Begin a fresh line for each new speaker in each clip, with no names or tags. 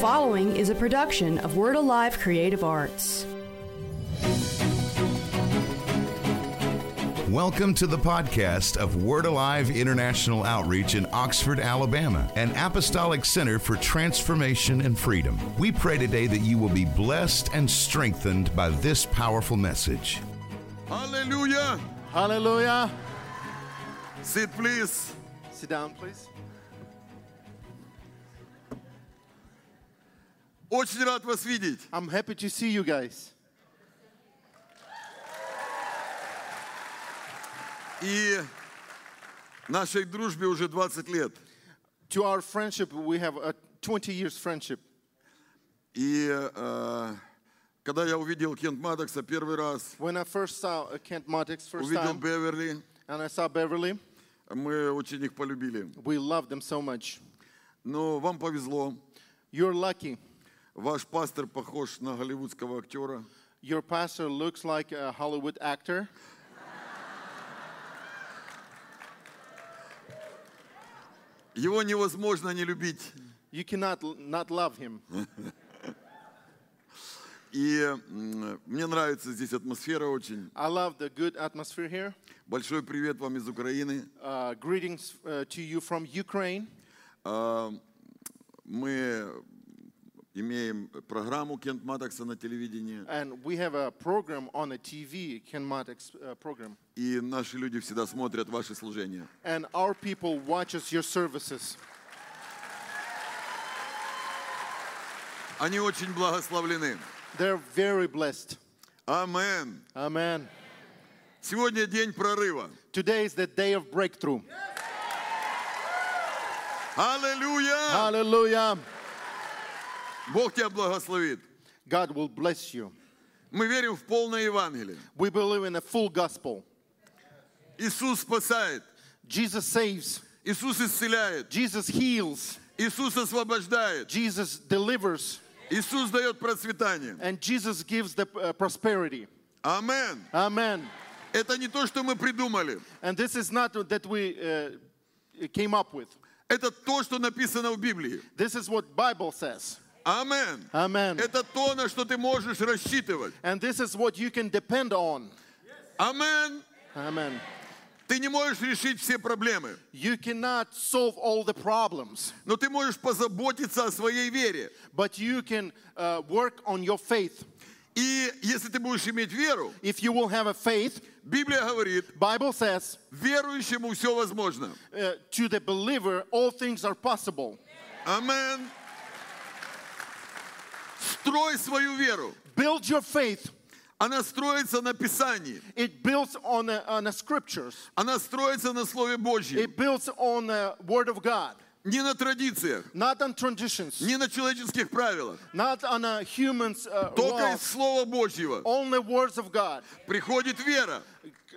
following is a production of Word Alive Creative Arts.
Welcome to the podcast of Word Alive International Outreach in Oxford, Alabama, an apostolic center for transformation and freedom. We pray today that you will be blessed and strengthened by this powerful message.
Hallelujah.
Hallelujah.
Sit, please.
Sit down, please.
Очень рад вас видеть.
I'm happy to see you guys.
И нашей дружбе уже 20 лет.
To our friendship, we have a 20 years friendship.
И э, когда я увидел Кент Мадокса первый раз,
When I first saw uh, Kent Maddox first
увидел
time,
Беверли,
and I saw Beverly,
мы очень их полюбили.
we loved them so much.
Но вам повезло.
You're lucky.
Ваш пастор похож на голливудского актера.
Your pastor looks like a Hollywood actor.
Его невозможно не любить.
You cannot l- not love him.
И м, мне нравится здесь атмосфера очень.
I love the good atmosphere here.
Большой привет вам из Украины.
Uh, greetings uh, to you from Ukraine.
А, Мы имеем программу Кент Матокса на телевидении,
And we have a program on the TV, Ken Maddox uh, program.
и наши люди всегда смотрят ваши служения.
And our people watches your services.
Они очень благословлены.
They're very blessed.
Амен.
Amen.
Сегодня день прорыва.
Today is the day of breakthrough.
Аллилуйя!
Hallelujah.
Бог тебя благословит.
God will bless you.
Мы верим в полное Евангелие.
We believe in the full gospel.
Иисус спасает.
Jesus saves,
Иисус исцеляет.
Jesus heals,
Иисус освобождает.
Jesus delivers,
Иисус дает процветание.
and Jesus gives the uh, prosperity.
Амен.
Amen.
Это не то, что мы придумали.
And this is not that we uh, came up with.
Это то, что написано в Библии.
This is what Bible says.
Амен.
Amen.
Это то, на что ты можешь рассчитывать.
And this is what you can depend on.
Амен.
Amen.
Ты не можешь решить все проблемы,
You cannot solve all the problems,
но ты можешь позаботиться о своей вере.
but you can uh, work on your faith.
И если ты будешь иметь веру,
If you will have a faith,
Библия говорит,
Bible says
верующему все возможно.
uh, to the believer all things are possible.
Амен. Строй свою веру.
Build your faith.
Она строится на Писании.
It builds on the, on the scriptures.
Она строится на Слове Божьем.
It builds on the word of God,
Не на традициях,
not on traditions,
не на человеческих правилах.
not on a human's uh,
Только
laws.
из Слова Божьего
Only words of God.
приходит вера.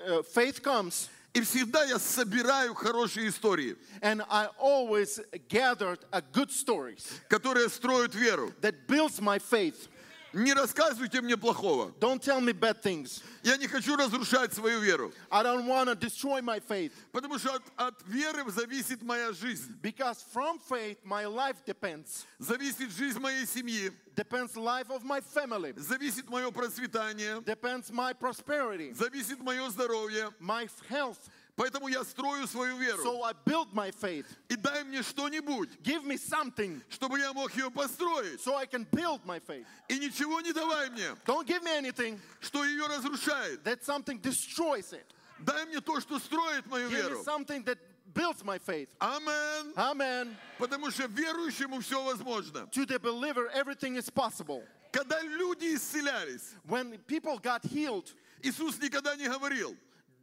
Uh, faith comes,
И всегда я собираю хорошие истории,
and I always gathered a good stories
которые строят веру.
that builds my faith.
Не рассказывайте мне плохого.
Don't tell me bad things.
Я не хочу разрушать свою веру,
I don't want to destroy my faith
потому что от, от веры зависит моя жизнь,
because from faith my life depends.
зависит жизнь моей семьи,
Depends life of my family.
зависит мое процветание,
depends my prosperity,
зависит мое здоровье.
my f- health.
Поэтому я строю свою веру.
So I build my faith.
И дай мне что-нибудь,
Give me something
чтобы я мог ее построить.
so I can build my faith.
И ничего не давай мне,
Don't give me anything
что ее разрушает.
that something destroys it.
Дай мне то, что строит мою
Give me
веру.
something that builds my faith.
Амен.
Amen.
Потому что верующему все возможно.
To the believer, everything is possible.
Когда люди исцелялись,
When people got healed,
Иисус никогда не говорил,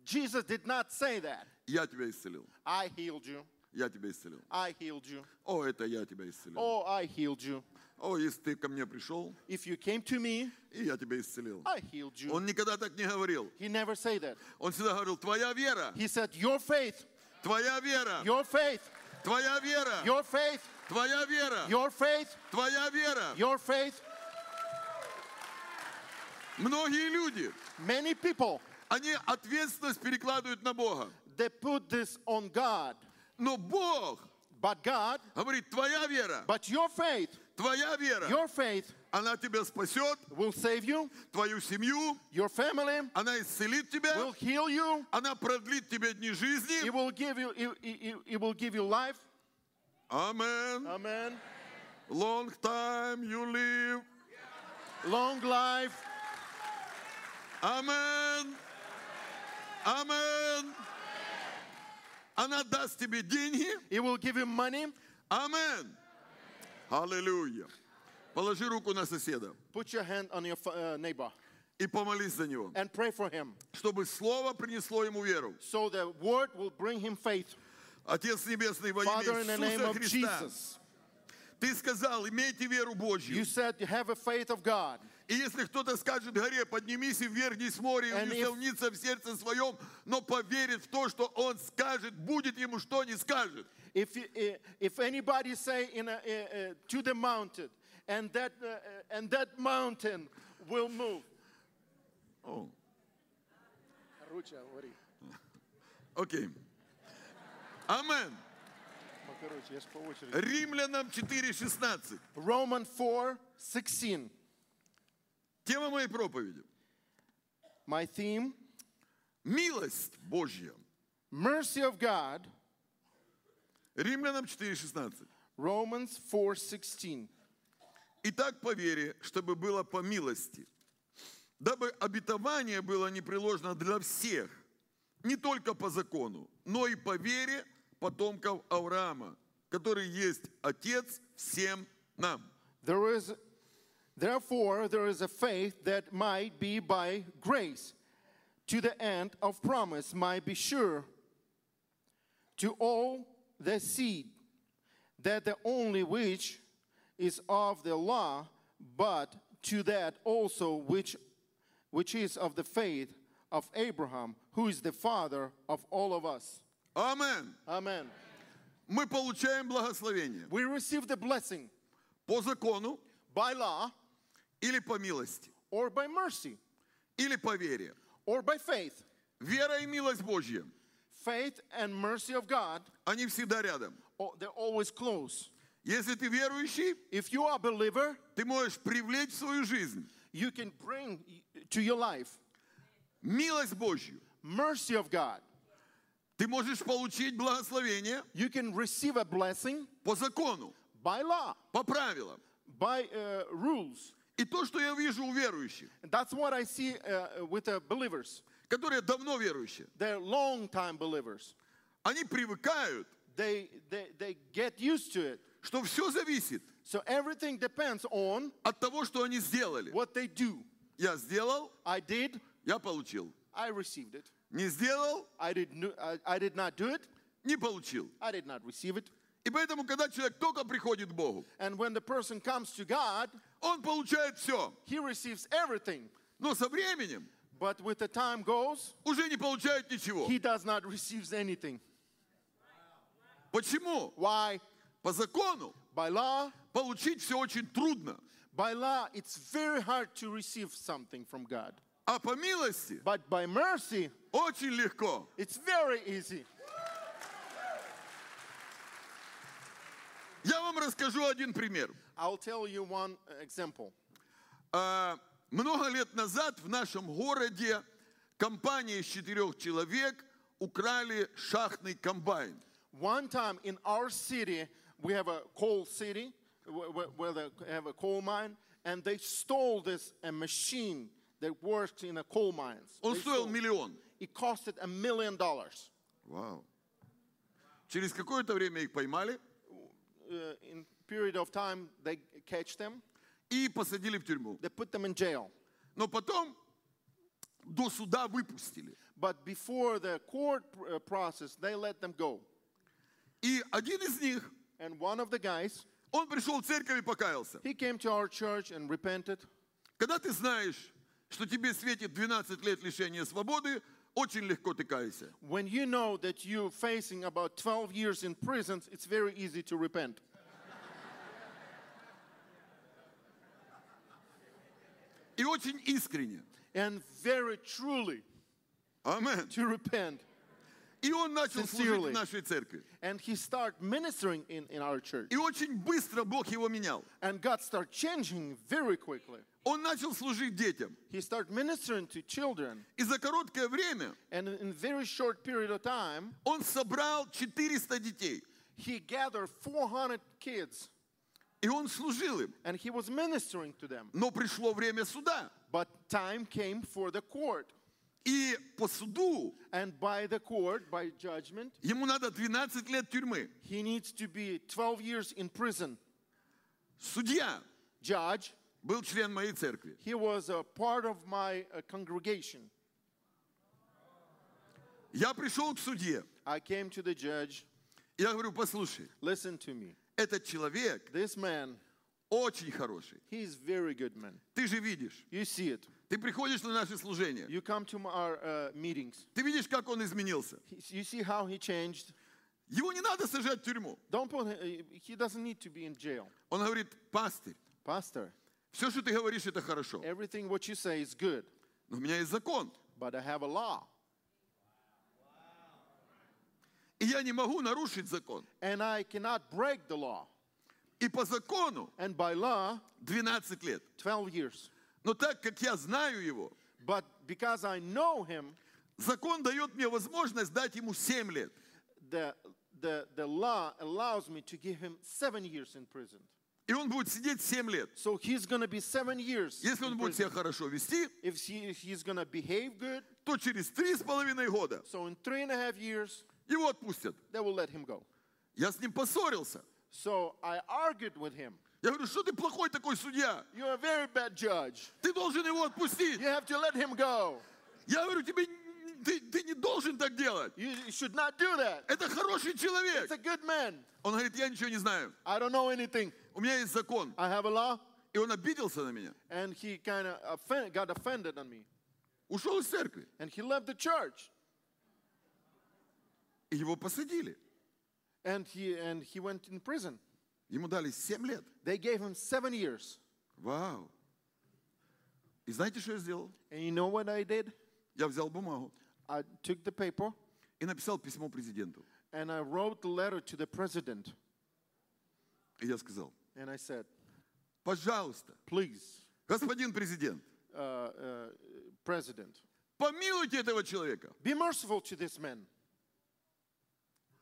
Jesus did not say that.
я тебя исцелил,
I healed you.
я тебя исцелил.
I healed you.
О, это я тебя исцелил.
Oh, I healed you.
О, если ты ко мне пришел,
If you came to me,
и я тебя исцелил.
I healed you.
Он никогда так не говорил.
He never said that.
Он всегда говорил, твоя вера,
He said, Your faith,
твоя вера,
your faith,
твоя вера,
your faith,
твоя вера,
your faith,
твоя вера.
your faith.
Многие люди,
Many people
они ответственность перекладывают на Бога.
they put this on God,
Но Бог
but God,
говорит, твоя вера,
but your faith,
Твоя вера,
Your faith
она тебя спасет,
will save you,
твою семью,
your family
она исцелит тебя,
will heal you,
она продлит тебе дни жизни.
it will give you, it, it- it- it will give you life.
Амен.
Amen.
Long time you live.
Long life.
Амен. Амен. Она даст тебе деньги.
It will give you money.
Амен. Аллилуйя. Положи руку на соседа
Put your hand on your uh, neighbor
и помолись за него,
and pray for him
чтобы слово принесло ему веру.
so the word will bring him faith.
Отец Небесный, во имя
Father, in the name
Иисуса
of
Христа,
Jesus,
ты сказал, имейте веру
you
Божью.
said you have a faith of God.
И если кто-то скажет горе, поднимись и ввергнись в море, и он
And
не
if-
сомнится в сердце своем, но поверит в то, что он скажет, будет ему что не скажет.
If, you- i- if anybody say in a, uh, uh, to the mountain, and that, uh, uh, and that mountain will move.
О,
Короче, говори.
окей. Амен.
Ну, короче, я ж по очереди.
Римлянам 4.16.
Roman 4, 16.
Тема моей проповеди.
My theme,
Милость Божья.
mercy of God,
Римлянам 4.16.
Romans 4, 16.
Итак, по вере, чтобы было по милости, дабы обетование было непреложно для всех, не только по закону, но и по вере потомков Авраама, который есть Отец всем нам.
There is, therefore, there is a faith that might be by grace, to the end of promise might be sure to all the seed, that the only which is of the law, but to that also which, which is of the faith of Abraham, who is the father of all of us.
Амен.
Amen.
Мы получаем благословение
We receive the blessing
по закону
by law,
или по милости,
or by mercy,
или по вере.
or by faith.
Вера и милость Божья,
Faith and mercy of God,
они всегда рядом.
oh, they're always close.
Если ты верующий,
If you are a believer,
ты можешь привлечь в свою жизнь
you can bring to your life
милость Божью.
mercy of God.
Ты можешь получить благословение
You can receive a blessing
по закону,
by law,
по правилам.
by uh, rules.
И то, что я вижу у верующих,
That's what I see uh, with the believers.
которые давно верующие,
They're long-time believers.
они привыкают,
They, they, they get used to it.
что все зависит
So everything depends on
от того, что они сделали.
what they do.
Я сделал,
I did,
я получил.
I received it.
Не сделал,
I did, no- I, I did not do it,
не получил.
I did not receive it.
И поэтому, когда человек только приходит к Богу,
And when the person comes to God,
он получает все.
he receives everything.
Но со временем
But with the time goes,
уже не получает ничего.
he does not receive anything.
Почему?
Why?
По закону
By law,
получить все очень трудно.
by law, it's very hard to receive something from God.
А по милости
But by mercy,
очень легко.
it's very easy.
Я вам расскажу один пример.
I'll tell you one example.
А, Много лет назад в нашем городе компания из четырех человек украли шахтный комбайн.
One time in our city, we have a coal city wh- wh- where they have a coal mine, and they stole this a machine that worked in a coal mines.
Он
They
стоил
stole-
миллион.
It costed a million dollars.
Вау. Через какое-то время их поймали
uh, in period of time they catch them
и посадили в тюрьму.
they put them in jail
Но потом до суда выпустили.
but before the court pr- uh, process they let them go
И один из них,
and one of the guys
он пришел в церковь и покаялся.
he came to our church and repented
Когда ты знаешь, что тебе светит 12 лет лишения свободы, очень легко ты каешься.
when you know that you're facing about 12 years in prisons it's very easy to repent
И очень искренне.
and very truly
Амен.
to repent
И он начал служить в
Sincerely.
нашей церкви.
And he started ministering in, in our church.
И очень быстро Бог его менял.
And God started changing very quickly.
Он начал служить детям.
He started ministering to children.
И за короткое время
And in very short period of time,
он собрал 400 детей.
he gathered 400 kids
И он служил им.
and he was ministering to them.
Но пришло время суда.
But time came for the court.
И по суду
And by the court, by judgment,
ему надо 12 лет тюрьмы.
he needs to be 12 years in prison.
Судья
Judge,
был член моей церкви.
he was a part of my uh, congregation.
Я пришел к судье.
I came to the judge,
Я говорю, послушай,
listen to me.
этот человек
This man,
очень хороший.
he's very good man.
Ты же видишь.
You see it.
Ты приходишь на наши служения.
You come to my- our uh, meetings.
Ты видишь, как он изменился.
He- You see how he changed.
Его не надо сажать в тюрьму.
Don't put him, he doesn't need to be in jail.
Он говорит, пастырь,
Pastor,
все, что ты говоришь, это хорошо.
everything what you say is good,
Но у меня есть закон.
but I have a law.
И я не могу нарушить закон.
And I cannot break the law.
И по закону
And by law,
12 лет.
12 years.
Но так как я знаю его,
But because I know him,
закон дает мне возможность дать ему 7 лет.
the, the, the law allows me to give him seven years in prison.
И он будет сидеть 7 лет.
So he's going to be seven years.
Если он
in
будет себя
prison.
хорошо вести,
If, he, if he's going to behave good,
то через 3,5 года
so in three and a half years,
его отпустят.
they will let him go.
Я с ним поссорился.
So I argued with him.
Я говорю, что ты плохой такой судья?
You're a very bad judge.
Ты должен его отпустить.
You have to let him go.
Я говорю, тебе н- ты, ты не должен так делать.
You you should not do that.
Это хороший
It's a
человек.
good man.
Он говорит, я ничего не знаю.
I don't know anything.
У меня есть закон.
I have a law.
И он обиделся на меня.
And he kind of offend, got offended on me.
Ушел из церкви.
And he left the church.
И его посадили.
And he, and he went in prison.
Ему дали 7 лет.
They gave him seven years.
Вау. И знаете, что я сделал?
And you know what I did?
Я взял бумагу
I took the paper
и написал письмо президенту.
and I wrote the letter to the president.
И я сказал,
And I said,
пожалуйста,
please,
господин президент,
uh, uh, president,
помилуйте этого человека.
be merciful to this man.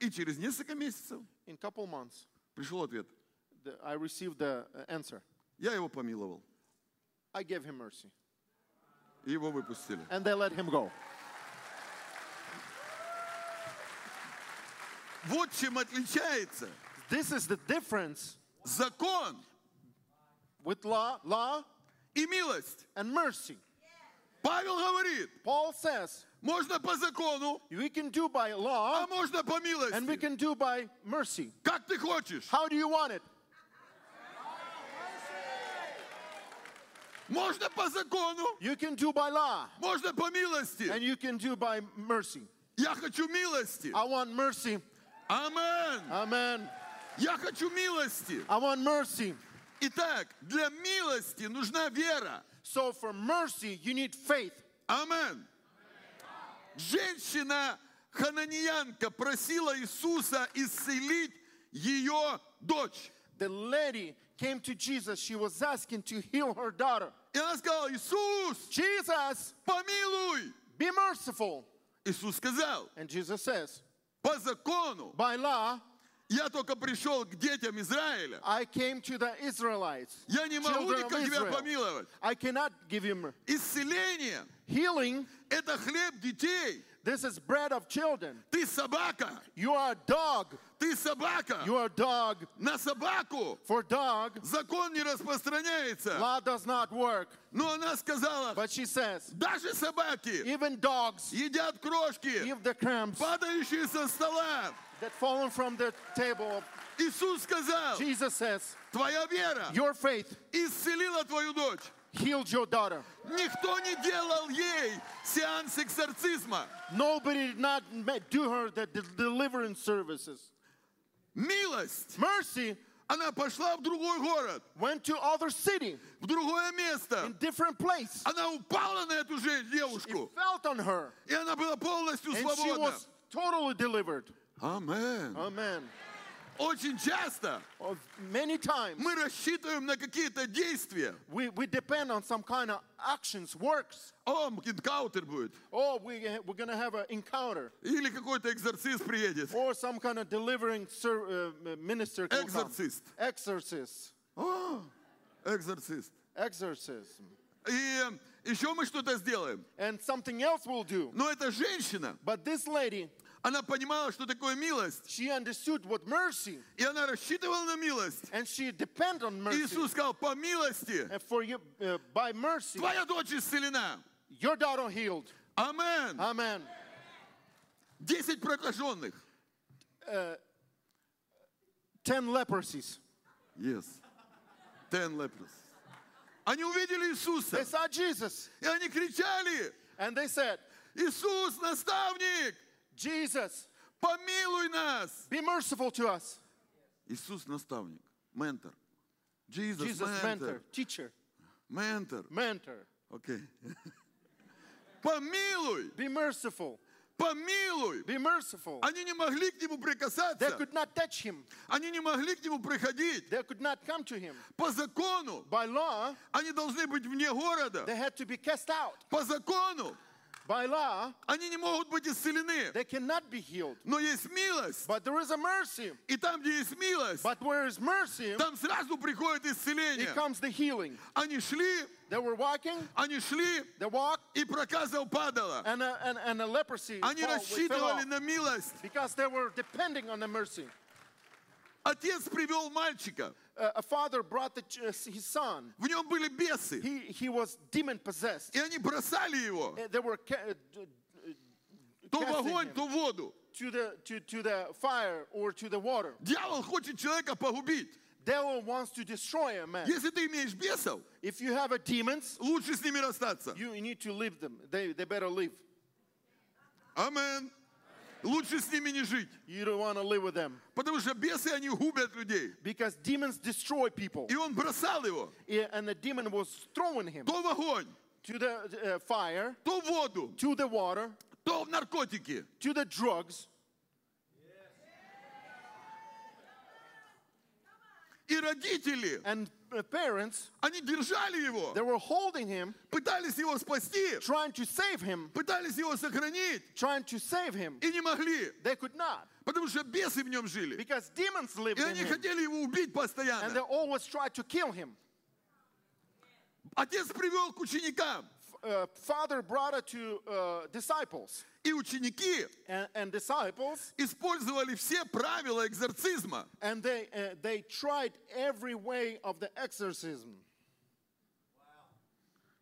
И через несколько месяцев
In a couple months,
пришел ответ.
the, I received the uh, answer.
Я его помиловал.
I gave him mercy.
И его выпустили.
And they let him go.
Вот чем отличается
This is the difference
закон
with law, law
и милость.
and mercy.
Павел говорит,
Paul says,
можно по закону,
we can do by law
а можно по
and we
милости.
can do by mercy.
Как ты хочешь.
How do you want it?
Можно по закону,
You can do by law
можно по
and
милости.
you А- can do by mercy.
Я хочу милости.
I want mercy.
Амен.
Amen.
Я хочу милости.
I want mercy.
Итак, для милости нужна вера.
So for mercy, you need faith.
Амен. Женщина хананиянка просила Иисуса исцелить ее дочь.
The lady came to Jesus. She was asking to heal her daughter.
И она сказала, Иисус,
Jesus,
помилуй.
be merciful.
Иисус сказал,
And Jesus says,
по закону
By law,
я только пришел к детям Израиля.
I came to the Israelites.
Я не могу
children of
никак тебя
Israel.
помиловать.
I cannot give him
Исцеление
healing.
– это хлеб детей.
This is bread of children.
Ты собака,
You are a dog.
ты собака.
You are a dog.
На собаку
For dog,
закон не распространяется.
law does not work.
Но она сказала,
But she says,
даже собаки
even dogs
едят крошки,
give the crumbs
падающие со стола.
that fallen from the table.
Иисус сказал,
Jesus says,
твоя вера
Your faith
исцелила твою дочь.
healed your daughter.
Никто не делал ей сеанс экзорцизма.
Nobody did not ma- do her the de- deliverance services.
Милость.
Mercy
Она pошла в другой город,
went to other city
в другое место.
in different place.
Она упала на эту же
It
девушку,
felt on her,
и она была полностью
and she
свободна.
was А? totally delivered.
Амен.
Amen.
Очень часто
Of many times,
мы рассчитываем на какие-то действия.
we, we depend on some kind of actions, works.
О, энкаутер будет.
Oh, we, we're going to have an encounter.
Или какой-то экзорцист приедет.
Or some kind of delivering ser, uh, minister. will come.
Exorcist.
Exorcist.
О, А, экзорцист.
Exorcism.
И еще мы что-то сделаем.
And something else will do.
Но эта женщина,
But this lady,
она понимала, что такое милость.
she understood what mercy,
И она рассчитывала на милость.
and she depended on mercy.
Иисус сказал, по милости
And for you, uh, by mercy,
твоя дочь исцелена.
your daughter healed.
Амен.
Amen.
Десять прокаженных.
Ten leprosies.
Yes. Ten lepers. Они увидели
They
Иисуса.
saw Jesus,
И они кричали,
and they said,
Иисус, наставник,
Jesus,
помилуй нас.
be merciful to us.
Иисус, наставник, ментор.
Jesus, mentor,
ментор.
teacher,
Ментор.
mentor,
Окей. Помилуй,
be merciful,
помилуй.
be merciful.
Они не могли к нему
They
прикасаться.
could not touch him.
Они не могли к нему приходить.
They could not come to him.
По закону
By law,
они должны быть вне
they
города.
had to be cast out.
По закону
By law,
они не могут быть исцелены.
they cannot be healed.
Но есть милость.
But there is a mercy.
И там, где есть милость,
But where is mercy,
там сразу приходит
it
исцеление.
comes the healing.
Они шли,
They were walking,
они шли,
they walked,
и проказа падала.
and a, and, and a leprosy
Они
fall- fell
рассчитывали
off
на милость.
because they were depending on the mercy.
Отец привел мальчика.
Uh, A, a father brought the, ch- his son.
В нем были бесы.
He, he was demon possessed.
И они бросали его
They were ca- uh, d-
то в
casting
огонь,
him
то в воду.
to the to, to the fire or to the water.
Дьявол хочет человека погубить.
Devil wants to destroy a man.
Если ты имеешь бесов,
If you have a demons,
лучше с ними расстаться.
you need to leave them. They, they better leave.
Амен. Лучше с ними не жить.
You don't want to live with them
Потому что бесы, они губят людей.
because demons destroy people.
И он бросал его
Yeah, And the demon was throwing him
то в огонь,
to the uh, fire,
то в воду,
to the water,
то в наркотики.
to the drugs.
И родители,
And uh, parents,
они держали его,
they were holding him,
пытались его спасти,
trying to save him,
пытались его сохранить
trying to save him.
и не могли,
They could not.
потому что бесы в нем жили.
Because demons lived
И
in
они
him,
хотели его убить
and they
постоянно.
always tried to kill him.
Отец привел к ученикам,
Uh, father brought it to uh, disciples,
и ученики
and, and disciples,
использовали все правила экзорцизма.
and they uh, they tried every way of the exorcism.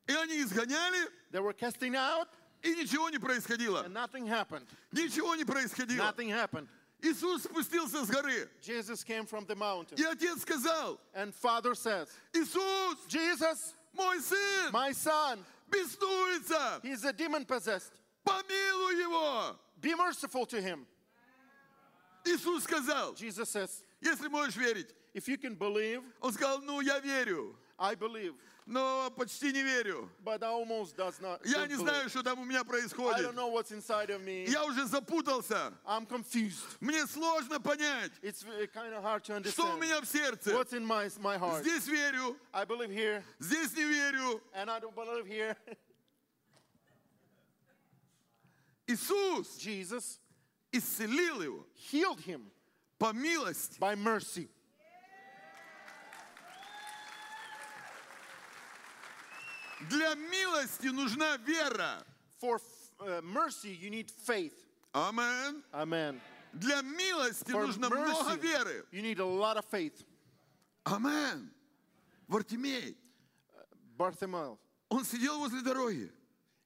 И они изгоняли,
They were casting out,
и ничего не происходило.
and nothing happened.
Ничего не происходило.
Nothing happened.
Иисус спустился с горы,
Jesus came from the mountain,
и отец сказал,
and Father says,
Иисус,
"Jesus,
мой сын,
my son,
беснуется,
he's a demon possessed.
помилуй его.
Be merciful to him."
Иисус сказал,
Jesus says,
если можешь верить.
"If you can believe,
Он сказал, ну, я верю,
I believe,
но почти не верю.
but I almost does not."
Я
don't
не
believe.
знаю, что там у меня
I
происходит.
don't know what's inside of me.
Я уже запутался.
I'm confused.
Мне сложно понять,
It's kind of hard to
что у
understand
меня в сердце.
what's in my, my heart.
Здесь верю,
I believe here,
здесь не верю.
and I don't believe here.
Иисус
Jesus
исцелил его
healed him
по милости.
by mercy.
Для милости нужна вера.
For uh, mercy, you need faith.
Амен.
Amen.
Для милости
For
нужно много веры.
you need a lot of faith.
Амен. Вартимей,
Bartimaeus,
он сидел возле дороги,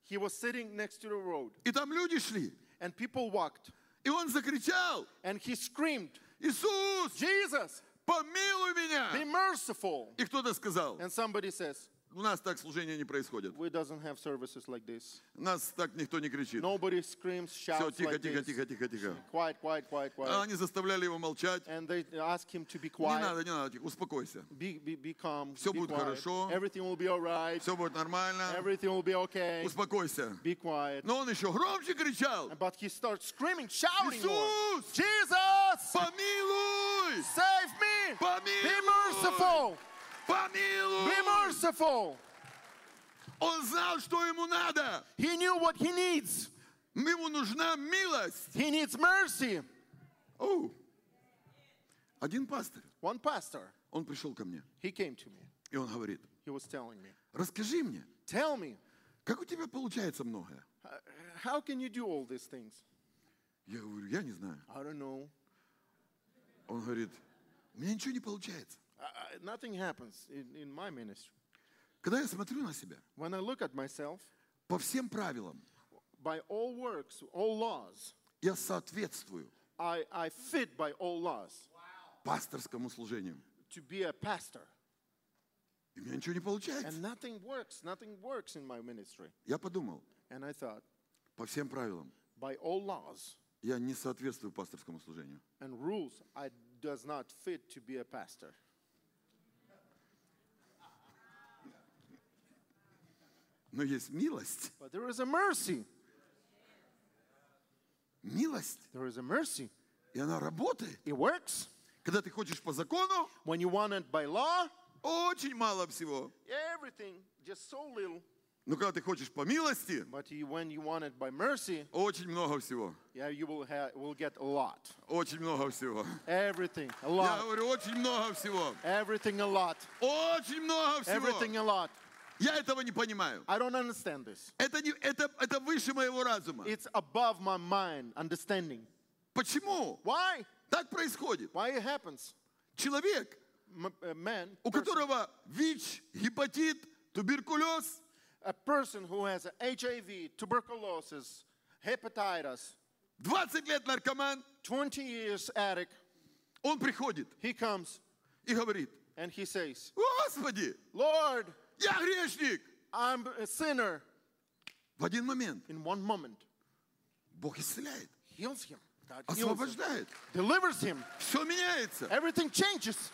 he was sitting next to the road,
и там люди шли.
and people walked,
И он закричал,
and he screamed,
Иисус,
Jesus,
помилуй
be
меня. Ah.
merciful.
И кто-то сказал,
And somebody says,
У нас так служения не происходят.
We doesn't have services like this.
Нас так никто не кричит.
Nobody screams,
Все,
shouts
тихо,
like
тихо,
this.
тихо, тихо, тихо.
Quiet, quiet, quiet, quiet.
А Они заставляли его молчать.
and they ask him to be
Не
quiet.
надо, не надо, тихо, успокойся.
Be, be, be calm.
Всё
be
будет
quiet.
хорошо.
Everything will be all right.
Все будет нормально.
Everything will be okay.
Успокойся.
Be quiet.
Но он еще громче кричал.
But he starts screaming, shouting. more.
Иисус!
Jesus!
Помилуй!
Save me! Be
Помилуй!
merciful! Be
Помилуй!
merciful!
Он знал, что ему надо.
He knew what he needs.
Ему нужна милость.
He needs mercy.
Оу. Один пастор,
One pastor,
он пришел ко мне,
he came to me.
и он говорит,
He was telling me,
расскажи мне,
Tell me,
как у тебя получается многое?
how can you do all these things?
Я говорю, я не знаю.
I don't know.
Он говорит, у меня ничего не получается.
I, I- nothing happens in, in my ministry.
Когда я смотрю на себя,
When I look at myself,
по всем правилам,
by all works, all laws,
я соответствую
I, I fit by all laws
пасторскому служению.
to be a pastor.
И у меня ничего не получается.
And nothing works, nothing works in my ministry.
Я подумал,
And I thought,
по всем правилам,
by all laws
я не соответствую пасторскому служению.
and rules, I does not fit to be a pastor.
Но есть милость.
But there is a mercy.
Милость.
There is a mercy.
И она работает.
It works.
Когда ты хочешь по закону,
When you want it by law,
очень мало всего.
everything, just so little.
Но когда ты хочешь по милости,
But you, when you want it by mercy,
очень много всего.
yeah, you will, ha- will get a lot.
Очень много всего.
Everything, a
Я
lot.
говорю, очень много всего.
Everything, a lot.
Очень много
Everything,
всего.
a lot.
Я этого не понимаю.
I don't understand this.
Это, не, это, это выше моего разума.
It's above my mind understanding.
Почему
Why?
так происходит?
Why it happens?
Человек,
M- a man,
у
person-
которого ВИЧ, гепатит, туберкулез,
a person who has HIV, tuberculosis, hepatitis,
20 лет наркоман,
20 years addict,
он приходит
he comes
и говорит,
and he says,
Господи,
"Lord,
я грешник.
I'm a sinner."
В один момент
In one moment,
Бог исцеляет,
heals him. God heals him.
освобождает.
delivers him.
Все меняется.
Everything changes.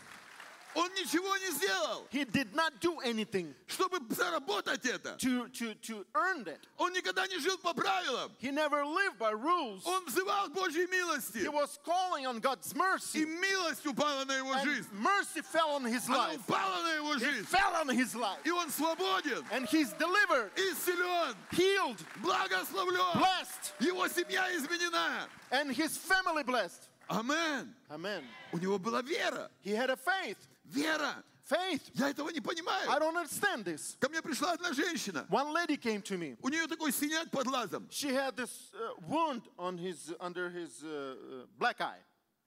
Он ничего не сделал,
He did not do anything
чтобы заработать это.
to, to, to earn that.
Он никогда не жил по правилам.
He never lived by rules.
Он взывал к Божьей
He
милости.
was calling on God's
И
mercy.
милость упала на его
And
жизнь.
mercy fell on his
Она
life.
упала на его
It
жизнь.
fell on his life.
И он свободен,
And he's delivered,
исцелен,
healed,
благословлен.
blessed,
Его семья изменена.
and his family blessed.
Амен.
Amen.
У него была вера.
He had a faith.
Вера.
Faith.
Я этого не
I
понимаю.
don't understand this.
Ко мне пришла одна женщина.
One lady came to me.
У нее такой синяк под глазом.
She had this uh, wound on his under his uh, uh, black eye.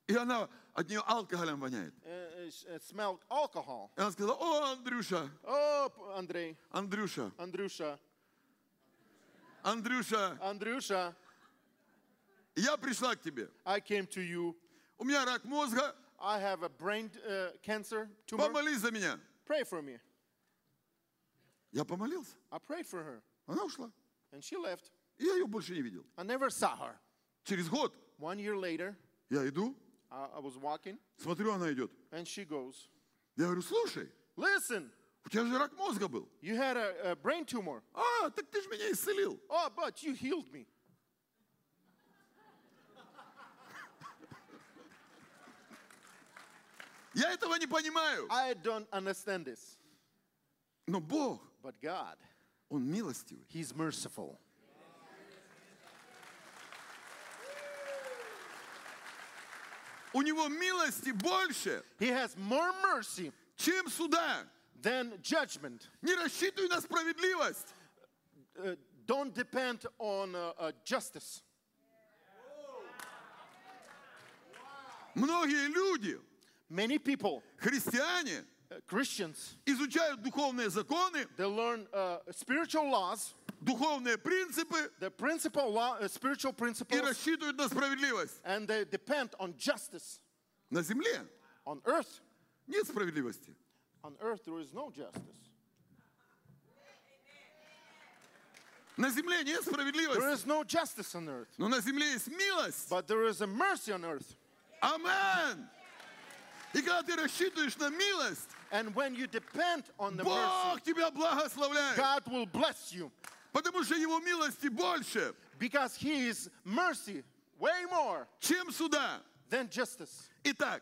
И она от нее алкоголем воняет.
uh, uh, sh- uh, smelled alcohol.
И она сказала, о, Андрюша,
Oh, p- Andrei,
Андрюша,
Andrusha,
Андрюша,
Andrusha,
я пришла к тебе.
I came to you.
У меня рак мозга,
I have a brain uh, cancer tumor.
помолись за меня.
Pray for me.
Я помолился.
I prayed for her,
Она ушла.
and she left.
И я ее больше не видел.
I never saw her.
Через год
One year later,
я иду,
I, I was walking,
смотрю, она идет.
and she goes,
Я говорю, слушай,
"Listen,
у тебя же рак мозга был.
you had a, a brain tumor.
А, так ты же меня исцелил.
Oh, but you healed me."
Я этого не понимаю.
I don't understand this,
Но Бог,
but God,
Он милостивый.
He's merciful.
У Него милости больше,
He has more mercy
чем суда.
than judgment.
Не рассчитывай на справедливость.
uh, don't depend on uh, uh, justice.
Многие люди,
Many people,
христиане,
uh, Christians,
изучают духовные законы,
they learn uh, spiritual laws,
духовные принципы
the principal law, uh, spiritual
и
principles,
рассчитывают на справедливость.
and they depend on justice.
На земле
On earth,
нет справедливости.
on earth there is no justice.
На земле нет
There
справедливости,
is no justice on earth,
но на земле есть милость.
but there is a mercy on earth.
Амен! И когда ты рассчитываешь на милость,
And when you depend on the mercy,
Бог тебя благословляет,
God will bless you
потому что Его милости больше,
because His mercy way more
чем суда.
than justice.
Итак,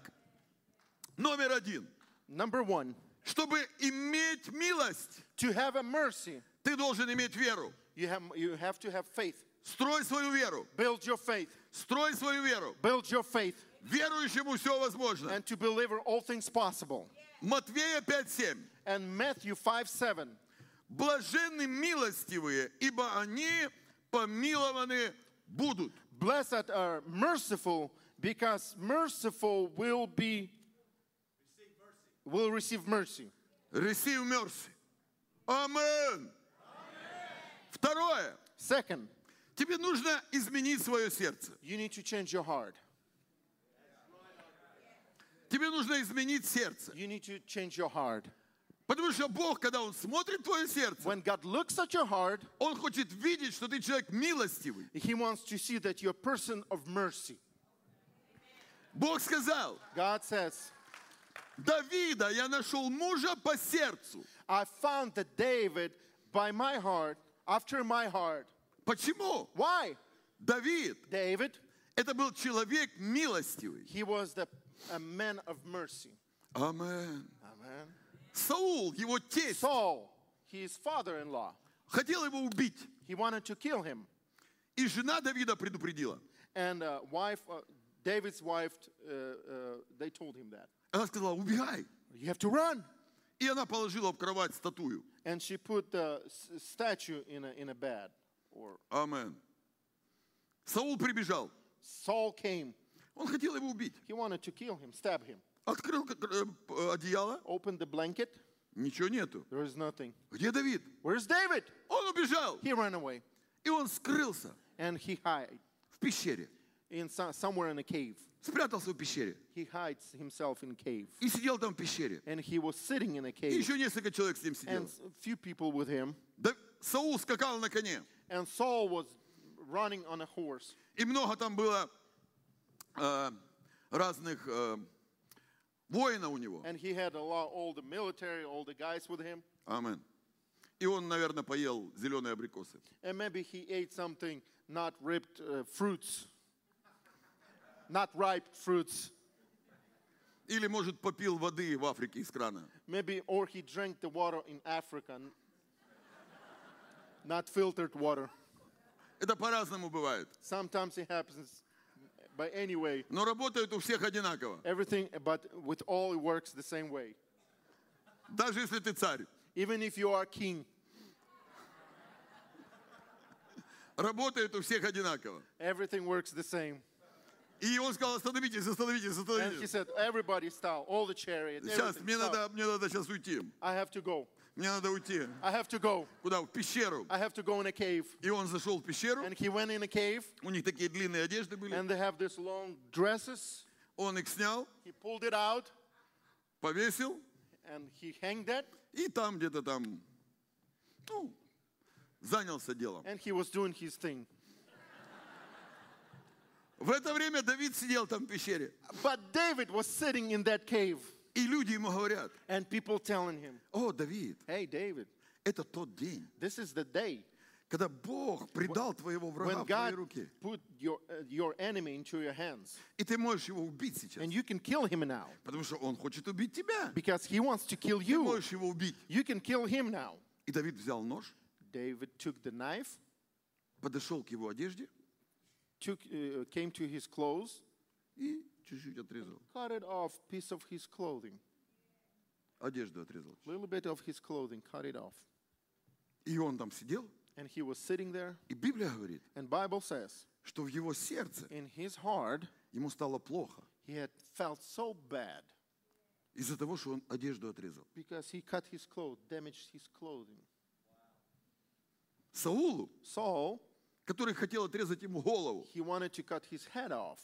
номер один.
Number one,
Чтобы иметь милость,
to have a mercy,
ты должен иметь веру.
you have, you have to have faith.
Строй свою веру.
Build your faith.
Строй свою веру.
Build your faith.
Верующему все возможно.
And to believer all things possible.
Матвея 5.7.
And Matthew 5 7.
Блаженны милостивые, ибо они помилованы будут.
Blessed are merciful, because merciful will be will receive mercy.
Receive mercy. Амен. Второе.
Second,
Тебе нужно изменить свое сердце.
you need to change your heart.
Тебе нужно изменить сердце.
You need to change your heart.
Потому что Бог, когда Он смотрит твое сердце,
When God looks at your heart,
Он хочет видеть, что ты человек милостивый.
He wants to see that you're a person of mercy.
Бог сказал,
God says,
Давида я нашел мужа по сердцу.
I found that David by my heart, after my heart.
Почему?
Why?
Давид
David,
это был человек милостивый.
he was the, a man of mercy.
Амен.
Amen.
Саул, его тесть,
Saul, his father in law,
хотел его убить.
he wanted to kill him.
И жена Давида предупредила.
And uh, wife, uh, David's wife, uh, uh, they told him that.
Она сказала, убегай.
You have to run.
И она положила в кровать статую.
And she put the s- statue in a, in a bed. Or
Амен. Саул прибежал.
Saul came.
Он хотел его убить.
He wanted to kill him, stab him.
Открыл как, э, п- одеяло.
Opened the blanket.
Ничего нету.
There is nothing.
Где Давид?
Where's David?
Он убежал.
He ran away.
И он скрылся
And he hide
в пещере.
in so- somewhere in a cave.
Спрятался в пещере.
He hides himself in a cave.
И сидел там в пещере.
And he was sitting in a
И
cave.
еще несколько человек с ним сидело.
And s- few people with him.
Да- Саул скакал на коне.
And Saul was running on a horse.
И много там было э, разных э, воинов у него.
And he had a lot, all the military, all the guys with him.
Амен. И он, наверное, поел зеленые абрикосы.
And maybe he ate something not ripped uh, fruits, not ripe fruits.
Или, может, попил воды в Африке из крана.
Maybe, or he drank the water in Africa, n- not filtered water.
Это по-разному бывает.
Sometimes it happens, but anyway,
Но работают у всех одинаково.
everything, but with all it works the same way.
Даже если ты царь.
Even if you are king,
Работают у всех одинаково.
everything works the same.
И он сказал, остановитесь, остановитесь,
And he
остановитесь.
said, everybody stop, all the chariots.
Сейчас,
everything,
мне
stop.
надо, мне надо сейчас уйти.
I have to go.
Мне надо уйти.
I have to go.
Куда? В пещеру.
I have to go in a cave.
И он зашел в пещеру.
And he went in a cave,
У них такие длинные одежды были.
and they have these long dresses.
Он их снял,
He pulled it out,
повесил.
and he hanged it,
И там где-то там, ну, занялся делом.
and he was doing his thing.
В это время Давид сидел там в пещере.
But David was sitting in that cave,
И люди ему говорят,
and people telling him,
о, Давид,
Hey, David,
это тот день,
this is the day
когда Бог предал твоего врага
when
в твои
God
руки.
put your, uh, your enemy into your hands,
И ты можешь его убить сейчас.
and you can kill him now
Потому что он хочет убить тебя.
because he wants to kill
Ты
you.
можешь его убить.
You can kill him now.
И Давид взял нож,
David took the knife,
подошел к его одежде
took, uh, came to his clothes,
и чуть-чуть отрезал.
cut it off piece of his clothing.
Одежду отрезал.
little bit of his clothing, cut it off.
И он там сидел.
And he was sitting there,
И Библия говорит,
and Bible says,
что в его сердце
in his heart,
ему стало плохо
he had felt so bad
из-за того, что он одежду отрезал.
because he cut his clothes, damaged his clothing.
Саулу,
Saul,
который хотел отрезать ему голову,
he wanted to cut his head off.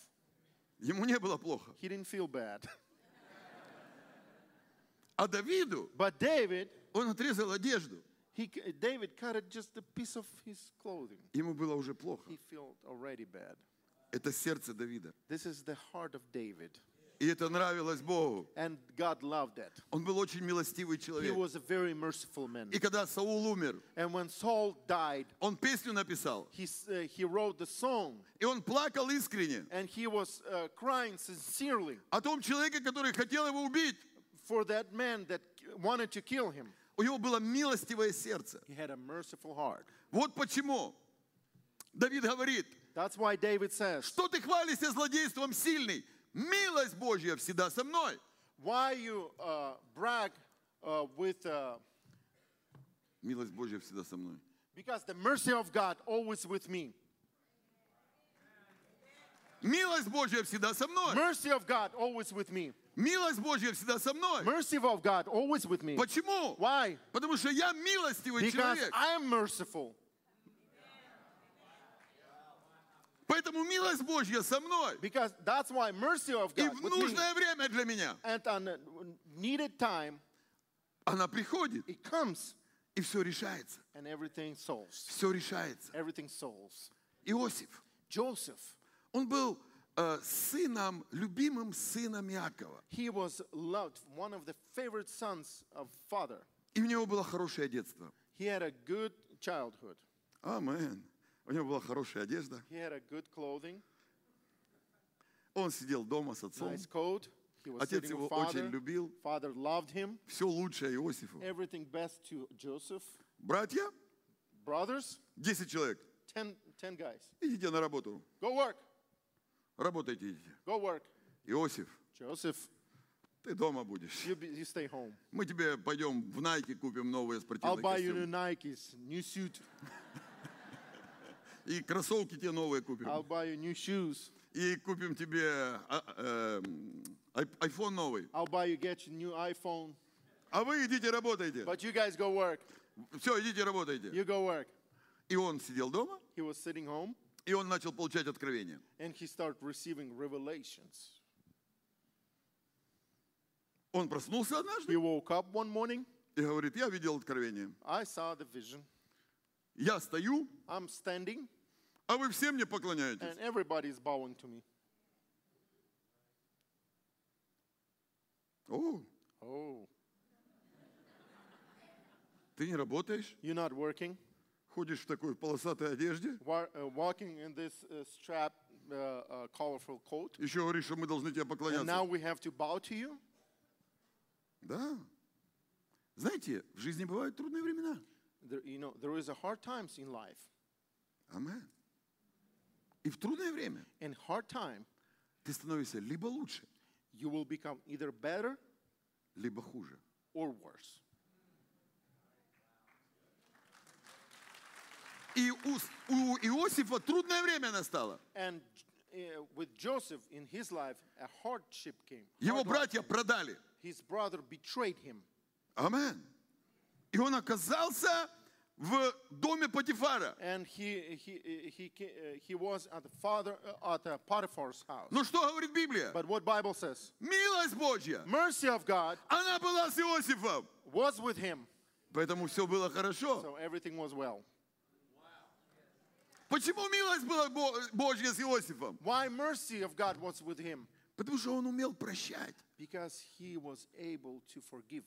ему не было плохо.
He didn't feel bad.
А Давиду
But David,
он А отрезал одежду,
He, c- David cut it just a piece of his clothing.
Ему было уже плохо.
He felt already bad.
Это сердце Давида.
This is the heart of David.
И это нравилось Богу.
And God loved that.
Он был очень милостивый
He
человек.
was a very merciful man.
И когда Саул умер,
And when Saul died,
он песню написал.
he, s- uh, he wrote the song
И он плакал искренне
and he was uh, crying sincerely
о том человеке, который хотел его убить.
for that man that wanted to kill him.
У него было милостивое сердце.
He had a merciful heart.
Вот почему Давид говорит,
That's why David says,
что ты хвалишься злодейством сильный? Милость Божья всегда со мной.
Why you uh, brag uh, with. Uh,
Милость Божья всегда со мной.
because the mercy of God always with me.
Милость Божья всегда со мной.
Mercy of God always with me.
Милость Божья всегда со мной.
Mercy of God always with me.
Почему?
Why?
Потому что я милостивый
Because
человек.
I am merciful.
Поэтому милость Божья со мной.
Because that's why mercy of
И
God
в
with me.
нужное время для меня
And on a needed time,
она приходит.
it comes
И все решается.
and everything solves.
Все решается.
Everything solves.
Иосиф,
Joseph,
он был э, сыном, любимым сыном Якова.
he was loved, one of the favorite sons of father.
И у него было хорошее детство.
He had a good childhood.
Амен. У него была хорошая одежда.
He had a good clothing,
Он сидел дома с отцом.
nice coat. He was
Отец
sitting
его
with
очень
father.
любил.
Father loved him.
Все лучшее Иосифу.
Everything best to Joseph.
Братья,
Brothers,
10 человек.
10, 10 guys.
Идите на работу.
Go work.
Работайте, идите.
Go work.
Иосиф,
Joseph,
ты дома будешь.
you, be, you stay home.
Мы тебе пойдем в Найки купим новые
I'll
спортивные
buy you new
костюмы.
Nikes, new suit.
И кроссовки тебе новые купим.
I'll buy you new shoes.
И купим тебе а, э, м, ай- айфон новый.
I'll buy you get you new iPhone.
А вы идите работайте.
But you guys go work.
Все, идите работайте.
You go work.
И он сидел дома,
He was sitting home
и он начал получать откровение.
and he started receiving revelations.
Он проснулся
He
однажды
woke up one morning.
и говорит, я видел откровение.
I saw the vision.
Я стою,
I'm standing
а вы все мне поклоняетесь.
and everybody's bowing to me.
О,
Oh,
ты не работаешь,
you're not working?
ходишь в такой полосатой одежде.
Wa- uh, walking in this uh, strap, uh, uh, colorful coat.
Еще говоришь, что мы должны тебе
And now
поклоняться.
we have to bow to you.
Да. Знаете, в жизни бывают трудные времена.
There, you know, there is a hard times in life.
Амен. И в трудное время
In hard time,
ты становишься либо лучше,
you will become either better
либо хуже.
or worse.
И у, С- у Иосифа трудное время настало.
And uh, with Joseph in his life, a hardship came.
Его
Hard life.
братья продали.
His brother betrayed him.
Амен. И он оказался в доме Патифара.
And he, he, he, he, ca- uh, he was at the father uh, at uh, Potiphar's house.
Но Ну что говорит Библия?
But what Bible says?
Милость Божья.
Mercy of God
Она была с Иосифом.
was with him,
Поэтому все было хорошо.
so everything was well.
Почему милость была Бо- Божья с Иосифом?
Why mercy of God was with him?
Потому что он умел прощать.
Because he was able to forgive.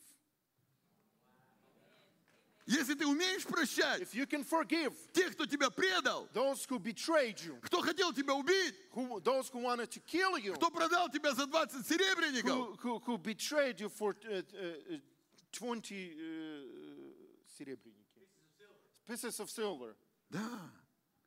Если ты умеешь прощать
If you can forgive
тех, кто тебя предал,
those who betrayed you,
кто хотел тебя убить,
who, those who wanted to kill you,
кто продал тебя за 20 серебряников,
who, who, who betrayed you for uh, uh, uh, 20 uh, серебряники, pieces of silver,
да,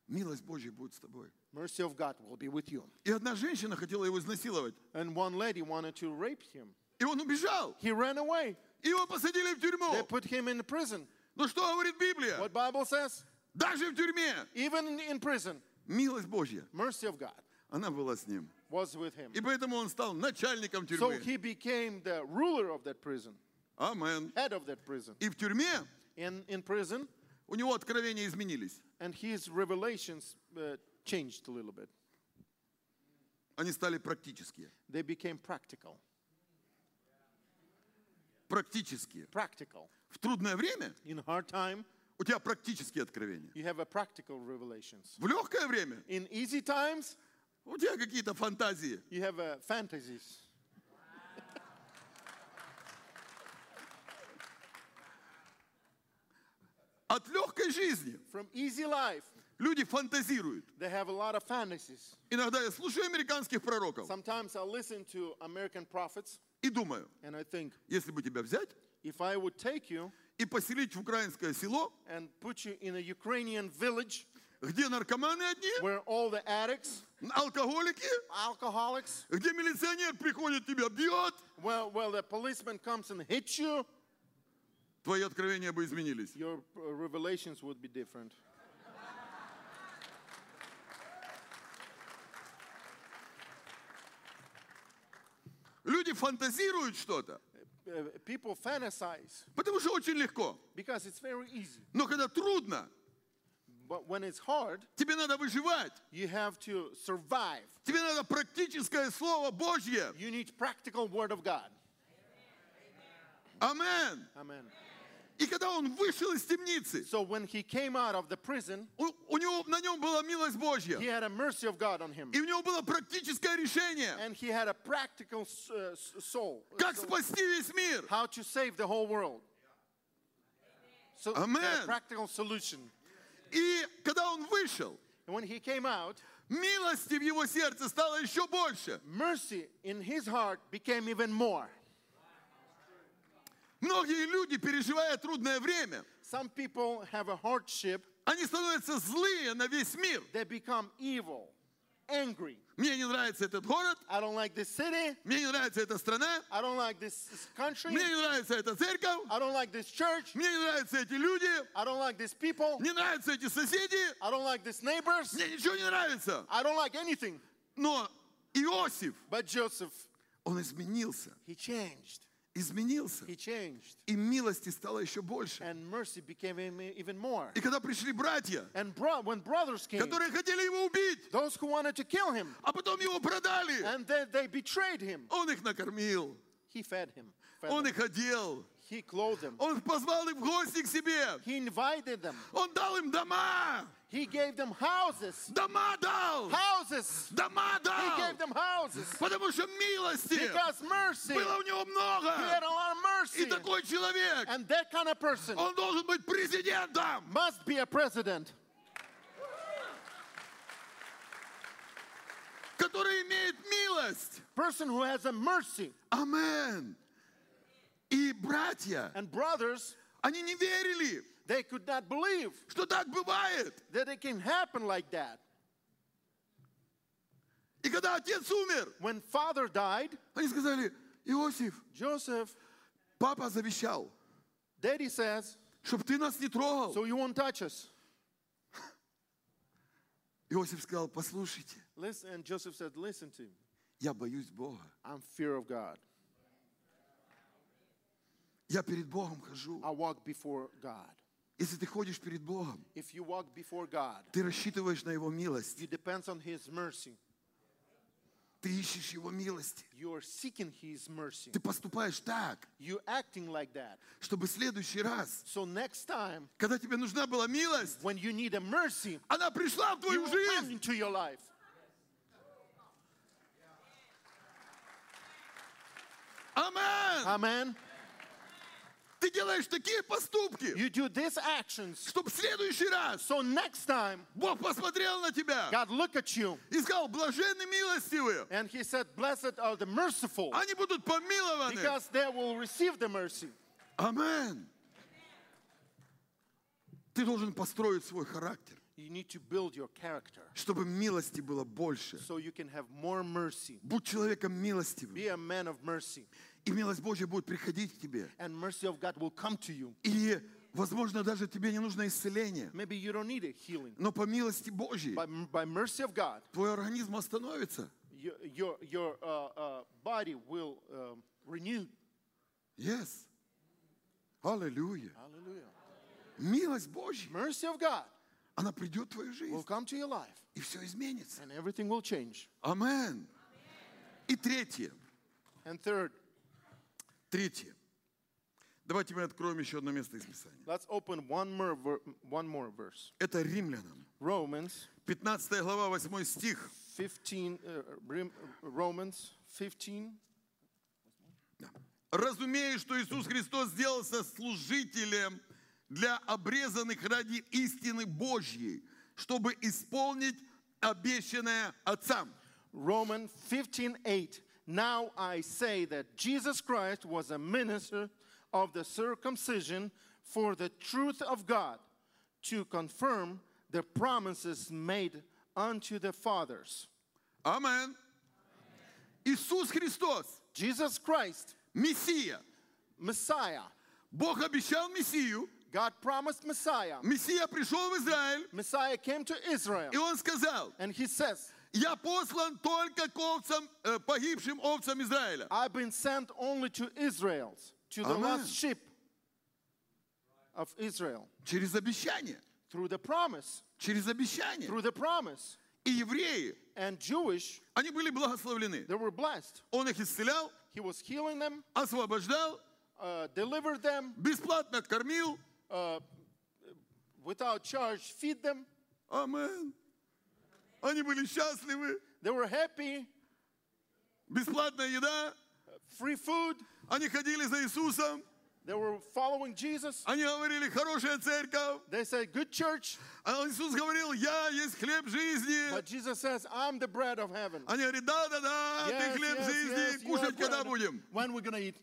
милость Божья будет с тобой.
mercy of God will be with you.
И одна женщина хотела его изнасиловать,
And one lady wanted to rape him.
и он убежал,
He ran away.
и его посадили в
They
тюрьму.
put him in prison.
Но что говорит Библия?
What Bible says?
Даже в тюрьме
Even in- in prison,
милость Божья,
mercy of God
она была с ним.
was with him.
И поэтому он стал начальником
So
тюрьмы.
he became the ruler of that prison,
Амен.
head of that prison.
И в тюрьме
In, in prison,
у него откровения изменились.
and his revelations uh, changed a little bit.
Они стали практические.
They became practical.
Практические.
Practical.
В трудное время
In hard time,
У тебя практические откровения.
You have a practical revelations.
В легкое время
In easy times,
у тебя какие-то фантазии.
you have uh, fantasies.
От легкой жизни
From easy life,
люди фантазируют.
they have a lot of fantasies.
Иногда я слушаю американских пророков
Sometimes I listen to American prophets
и думаю,
and I think,
если бы тебя взять
if I would take you
и поселить в украинское село,
and put you in a Ukrainian village
где наркоманы одни,
where all the addicts,
алкоголики,
alcoholics,
где милиционер приходит, тебя бьет,
well, well, the policeman comes and hits you,
твои откровения бы изменились.
your uh, revelations would be different.
Люди фантазируют что-то,
Uh, people fantasize
потому что очень легко.
because it's very easy.
Но когда трудно,
But when it's hard,
тебе надо выживать,
you have to survive.
тебе надо практическое слово Божье.
You need practical word of God.
Амен.
Amen.
И когда он вышел из темницы,
So when he came out of the prison,
у, у него на нем была милость
he
Божья.
had a mercy of God on him.
И у него было практическое решение,
And he had a practical s- uh, s- soul.
как спасти весь мир.
How to save the whole world. So a
Amen.
practical solution.
И когда он вышел,
And when he came out,
милости в его сердце стало еще больше.
mercy in his heart became even more.
Многие люди, переживая трудное время,
Some people have a hardship,
они становятся злые на весь мир.
they become evil, angry.
Мне не нравится этот город,
I don't like this city.
мне не нравится эта страна,
I don't like this this country.
мне не нравится эта церковь,
I don't like this church.
мне не нравятся эти люди,
I don't like these people.
мне нравятся эти соседи,
I don't like these neighbors.
мне ничего не нравится.
I don't like anything.
Но Иосиф,
But Joseph,
он изменился,
he changed.
изменился.
He changed.
И милости стало еще больше.
And mercy became him even more.
И когда пришли братья,
And bro- when brothers came,
которые хотели его убить,
those who wanted to kill him,
а потом его продали,
and then they betrayed him,
он их накормил,
he fed him. fed
он
them.
их одел,
He clothed them.
он позвал их в гости к себе,
He invited them.
он дал им дома,
He gave them houses.
дома дал,
Houses.
дома
He
дал,
gave them houses.
потому что милости
Because mercy. He
было у него
had a
много.
lot
И
of mercy.
такой человек,
And that kind of person
он должен быть президентом.
must be a president.
который имеет милость.
Person who has a mercy.
Амен. И братья,
And brothers,
они не верили,
they could not believe
что так бывает.
that it can happen like that.
И когда отец умер,
When father died,
они сказали, Иосиф,
Joseph,
папа завещал,
daddy says,
чтобы ты нас не трогал.
So you won't touch us.
Иосиф сказал, послушайте,
Listen, and Joseph said, Listen to me.
я боюсь Бога.
I'm fear of God.
Я перед Богом хожу.
I walk before God.
Если ты ходишь перед Богом,
If you walk before God,
ты рассчитываешь на Его милость.
you depend on His mercy.
Ты ищешь Его милости.
You are seeking His mercy.
Ты поступаешь так,
You acting like that.
чтобы в следующий раз,
So next time,
когда тебе нужна была милость,
when you need a mercy,
она пришла в
you
твою
will
жизнь.
come into your life.
Амен!
Amen.
Ты делаешь такие поступки,
You do these actions.
чтобы в следующий раз
So next time,
Бог посмотрел на тебя
God look at you
и сказал, блаженны милостивые,
and He said, Blessed are the merciful,
они будут помилованы.
because they will receive the mercy.
Амен! Ты должен построить свой характер,
You need to build your character
чтобы милости было больше.
so you can have more mercy.
Будь человеком милостивым,
Be a man of mercy,
и милость Божья будет приходить к тебе.
and mercy of God will come to you.
И, возможно, даже тебе не нужно исцеление,
Maybe you don't need a healing.
но по милости Божьей
By, by mercy of God,
твой организм остановится.
your, your, your uh, uh, body will um, renew.
Yes. Аллилуйя.
Hallelujah.
Милость Божья.
Mercy of God
Она придет в твою жизнь,
will come to your life,
и все изменится.
and everything will change.
Амен. И третье.
And third,
Третье. Давайте мы откроем еще одно место из Писания.
Let's open one more, ver- one more verse.
Это римлянам.
Romans
15 глава, 8 стих.
15, uh, Rim- Romans 15.
Разумея, что Иисус Христос сделался служителем для обрезанных ради истины Божьей, чтобы исполнить обещанное Отцам.
Romans 15, 8. Now I say that Jesus Christ was a minister of the circumcision for the truth of God to confirm the promises made unto the fathers.
Амен. Иисус Христос,
Jesus Christ,
Мессия.
Messiah.
Бог обещал Мессию.
God promised Messiah.
Мессия пришел в Израиль,
Messiah came to Israel
и он сказал,
and he says,
я послан только к овцам, э, погибшим овцам Израиля.
I've been sent only to Israel, to the
Amen.
last sheep of Israel,
Через обещание.
through the promise,
Через обещание.
through the promise.
И евреи,
And Jewish,
они были благословлены.
they were blessed.
Он их исцелял,
He was healing them,
освобождал,
uh, delivered them
бесплатно кормил.
without charge, feed them.
Амен. Они были счастливы.
They were happy,
Бесплатная еда.
free food.
Они ходили за Иисусом.
They were following Jesus.
Они говорили, хорошая церковь.
They said, Good church.
А Иисус говорил, я есть хлеб жизни.
But Jesus says, I'm the bread of heaven.
Они говорят, да-да-да, ты хлеб жизни,
you are
кушать когда
bread.
будем?
When we're going to eat.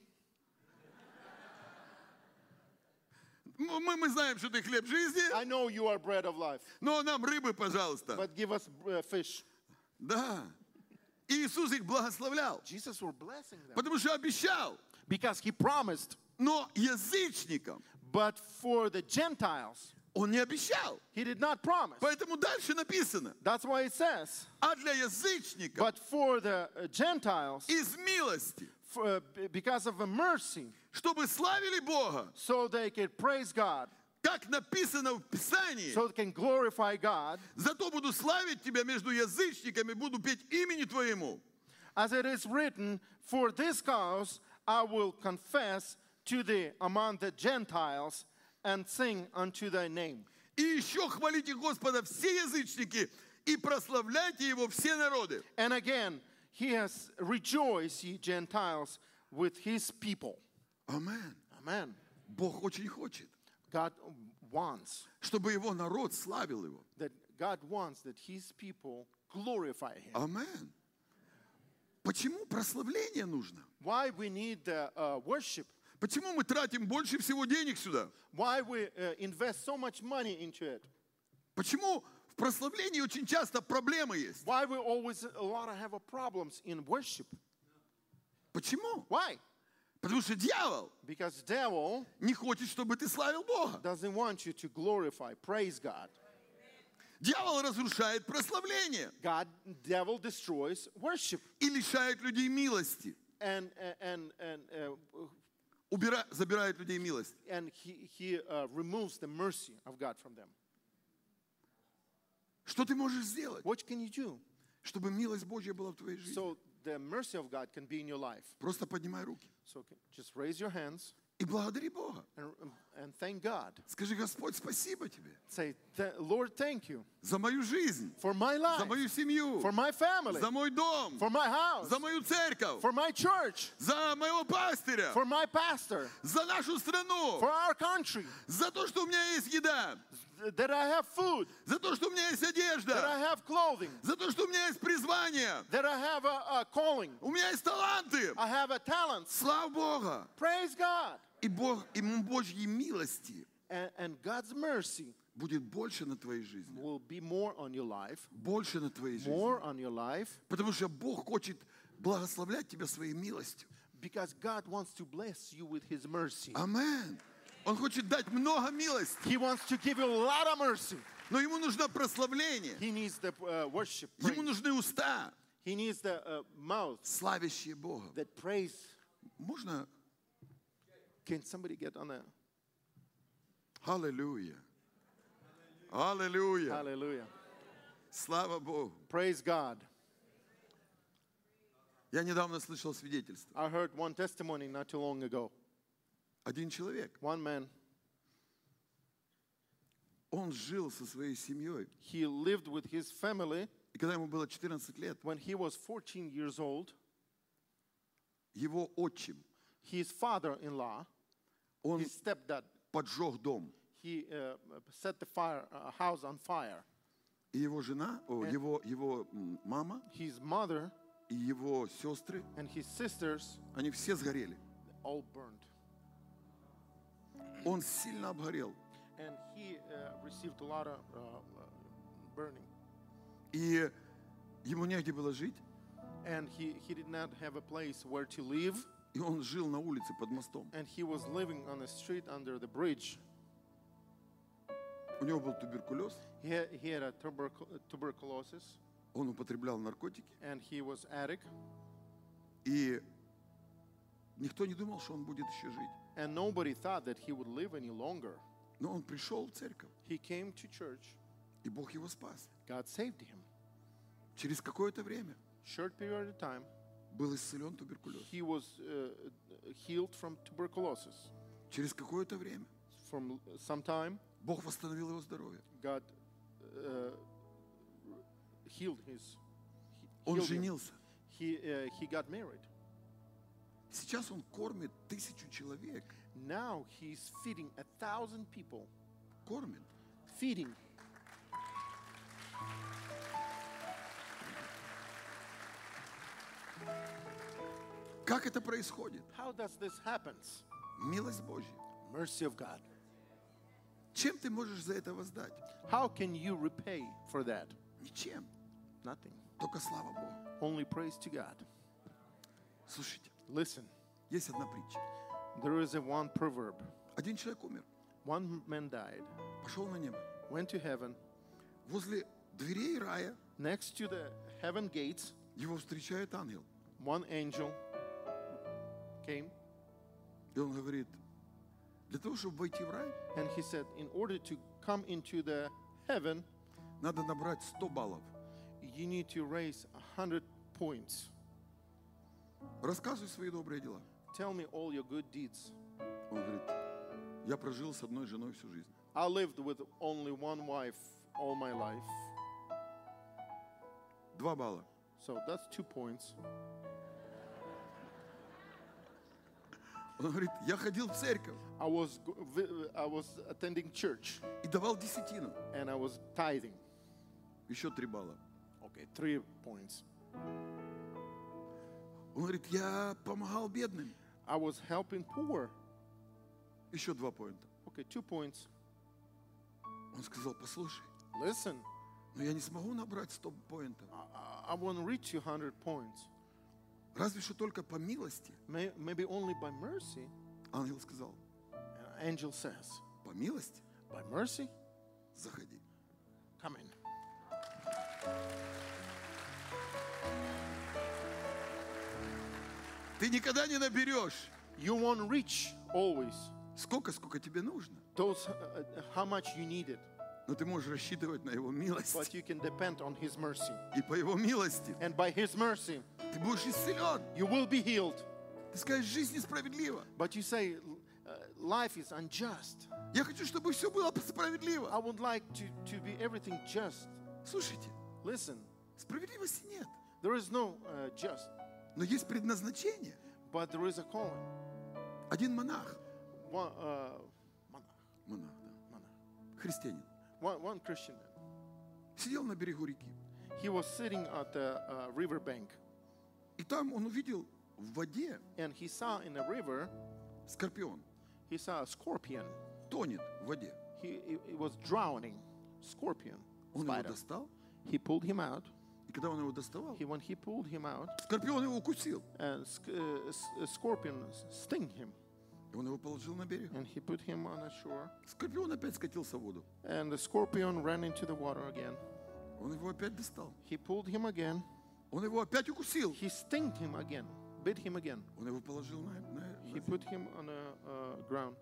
М- Мы, мы знаем, что ты хлеб жизни,
I know you are bread of life,
но Ну, а нам рыбы, пожалуйста.
but give us uh, fish.
Да. И Иисус их благословлял,
Jesus were blessing them
потому что обещал.
because he promised.
Но язычникам
But for the Gentiles,
он не обещал.
he did not promise.
Поэтому дальше написано,
That's why it says,
а для язычников
but for the uh, Gentiles,
из милости,
for, uh, b- because of a mercy,
чтобы славили Бога,
so they can praise God,
как написано в Писании,
so they can glorify God,
зато буду славить тебя между язычниками, буду петь имени твоему.
as it is written, for this cause I will confess to thee among the Gentiles and sing unto thy name.
И еще хвалите Господа все язычники и прославляйте Его все народы.
And again, he has rejoiced, ye Gentiles, with his people.
Амен.
Amen.
Бог очень хочет,
God wants
чтобы Его народ славил Его.
that God wants that his people glorify him.
Амен. Почему прославление нужно?
Why we need the uh, worship?
Почему мы тратим больше всего денег сюда?
Why we uh, invest so much money into it?
Почему в прославлении очень часто проблемы есть?
Why we always uh, a lot of have a problems in worship?
Почему?
Why?
Потому что дьявол
Because devil
не хочет, чтобы ты славил Бога.
doesn't want you to glorify, praise God.
Дьявол разрушает прославление
God, devil destroys worship
и лишает людей милости.
and and and uh,
Убира... Забирает людей милость.
and he, he uh, removes the mercy of God from them.
Что ты можешь сделать,
What can you do
чтобы милость Божья была в твоей жизни?
so the mercy of God can be in your life?
Просто поднимай руки
So okay, just raise your hands
и благодари Бога.
and, and thank God.
Скажи, Господь, спасибо тебе
Say, "Th- Lord, thank you
за мою жизнь,
for my
за
life,
мою семью,
for my family,
за мой дом,
for my house,
за мою церковь,
for my church,
за моего пастыря,
for my pastor,
за нашу страну,
for our country,
за то, что у меня есть еда,
th- that I have food,
за то, что у меня есть
that I
одежда,
have clothing,
за то, что у меня есть призвание,
that I have a, a calling,
у меня есть таланты.
I have a talent.
Слава Бога!
Praise God.
И Бог, и Божьей милости
And, and God's mercy
будет больше на твоей жизни.
will be more on your life,
Больше на твоей жизни.
more on your life,
Потому что Бог хочет благословлять тебя своей милостью.
Because God wants to bless you with His
Ah.
mercy.
Амен. Он хочет дать много милости,
He wants to give you a lot of mercy.
но ему нужно прославление.
He needs the uh, worship.
Ему
praise.
нужны уста,
He needs the uh, mouth
славящие Бога.
that prays.
Можно?
Can somebody get on that?
Аллилуйя. Аллилуйя.
Hallelujah.
Слава Богу.
Praise God.
Я недавно слышал свидетельство.
I heard one testimony not too long ago.
Один человек.
One man.
Он жил со своей семьей.
He lived with his family.
И когда ему было 14 лет,
When he was 14 years old,
его отчим,
his father in law,
он
his stepdad,
поджег дом.
he uh, set the fire, uh, house on fire.
И его жена, о, его, его м, мама
His mother
и его сестры,
and his sisters
они все сгорели.
all burned.
Он сильно обгорел.
And he uh, received a lot of uh, uh, burning.
И ему негде было жить.
And he, he did not have a place where to live.
И он жил на улице под мостом.
And he was living on the street under the bridge.
У него был туберкулез,
He had, he had a tubercul- tuberculosis
он употреблял наркотики.
and he was addict.
И никто не думал, что он будет еще жить.
And nobody thought that he would live any longer.
Но он пришел в церковь,
He came to church.
и Бог его спас.
God saved him.
Через какое-то время
Short period of time,
был исцелен туберкулез.
he was uh, healed from tuberculosis.
Через какое-то время
From some time,
Бог восстановил его здоровье.
God uh, healed his.
Он
healed him.
женился.
He uh, he got married.
Сейчас он кормит тысячу человек.
Now he's feeding a thousand people.
Кормит.
Feeding.
Как это происходит?
How does this happens?
Милость Божья.
Mercy of God.
Чем ты можешь за это воздать?
How can you repay for that?
Ничем.
Nothing.
Только слава Богу.
Only praise to God.
Слушайте,
Listen,
есть одна притча.
there is a one proverb.
Один человек умер,
One man died,
пошел на небо.
went to heaven.
Возле дверей рая
Next to the heaven gates,
его встречает ангел.
one angel came
И он говорит, для того, чтобы войти в рай,
and he said, In order to come into the heaven,
надо набрать 100 баллов.
you need to raise a hundred points.
Рассказывай свои добрые дела.
Tell me all your good deeds.
Он говорит, я прожил с одной женой всю жизнь.
I lived with only one wife all my life.
Два балла.
So that's two points.
Он говорит, я ходил в церковь
I was go- vi- I was attending church
и давал десятину.
and I was tithing.
Еще три балла.
Okay, three points.
Он говорит, я помогал бедным.
I was helping poor.
Еще два поинта.
Okay, two points.
Он сказал, послушай,
Listen,
но я не смогу набрать 100 поинтов.
I, I want to reach you 100 points.
Разве что только по милости.
May, maybe only by mercy.
Ангел сказал,
An angel says,
по милости
By mercy,
заходи.
come in.
Ты никогда не наберешь
You won't reach always
сколько, сколько тебе нужно.
those, uh, uh, how much you need it,
Но ты можешь рассчитывать на его милость.
but you can depend on His mercy.
И по его милости
And by His mercy,
ты будешь исцелен.
you will be healed.
Ты скажешь, жизнь несправедлива.
But you say, uh, Life is unjust.
Я хочу, чтобы все было
I
справедливо.
would like to, to be everything just.
Слушайте,
Listen,
справедливости нет.
there is no uh, just,
Но есть предназначение.
but there is a calling.
Один монах,
One, uh, monarch,
монах, да,
monarch.
христианин,
One, one Christian man.
сидел на берегу реки.
He was sitting at the uh, riverbank
И там он увидел в воде
and he saw in the river,
скорпион.
he saw a scorpion.
Тонет в воде.
He, he, he was drowning. Scorpion.
Он его
Spider.
достал.
He pulled him out.
И когда он его доставал,
He, when he pulled him out,
скорпион его укусил.
and sc- uh, s- a scorpion s- sting him.
И он его положил на берег.
And he put him on a shore.
Скорпион опять скатился в воду.
And the scorpion ran into the water again.
Он его опять достал.
He pulled him again.
Он его опять укусил.
He sting him again. Bit him again.
Он его положил на, на- на-
He put him on a uh, ground.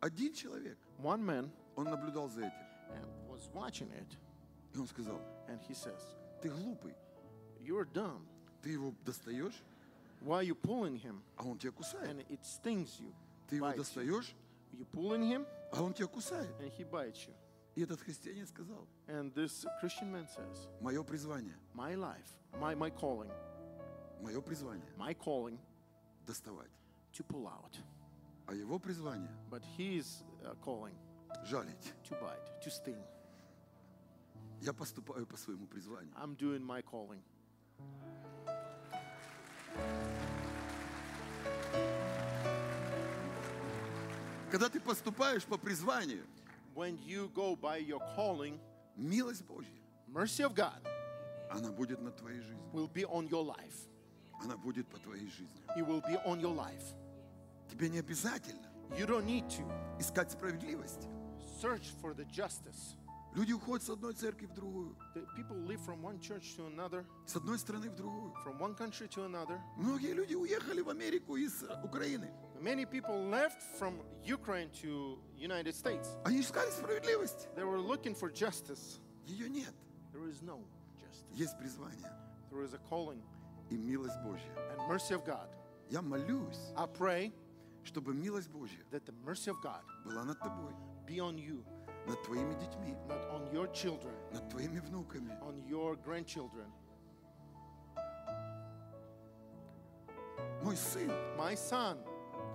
Один человек,
One man
он наблюдал за этим.
and was watching it.
И он сказал,
And he says,
ты глупый,
You're dumb.
ты его достаешь,
Why are you pulling him?
а он тебя кусает.
And it stings you.
Ты его
bites you.
достаешь,
You pull in him,
а он тебя кусает.
and he bites you.
И этот христианин сказал,
And this Christian man says,
мое призвание,
My life, my, my calling,
мое призвание
my calling
доставать.
to pull out.
А его призвание
But his uh, calling
жалить.
to bite, to sting.
Я поступаю по своему призванию.
I'm doing my calling.
Когда ты поступаешь по призванию,
When you go by your calling,
милость Божья,
mercy of God
она будет над твоей жизнью.
will be on your life.
Она будет по твоей жизни.
It will be on your life.
Тебе не обязательно
You don't need to
искать справедливость.
search for the justice.
Люди уходят с одной церкви в другую,
The people live from one church to another,
с одной страны в другую.
from one country to another.
Многие люди уехали в Америку из э, Украины.
Many people left from Ukraine to United States.
Они искали справедливость.
They were looking for justice.
Ее нет.
There is no justice.
Есть призвание
There is a calling
и милость Божья.
and mercy of God.
Я молюсь,
I pray
чтобы милость Божья
that the mercy of God
была над тобой,
be on you,
над твоими детьми,
not on your children,
над твоими внуками.
on your grandchildren.
Мой сын,
My son,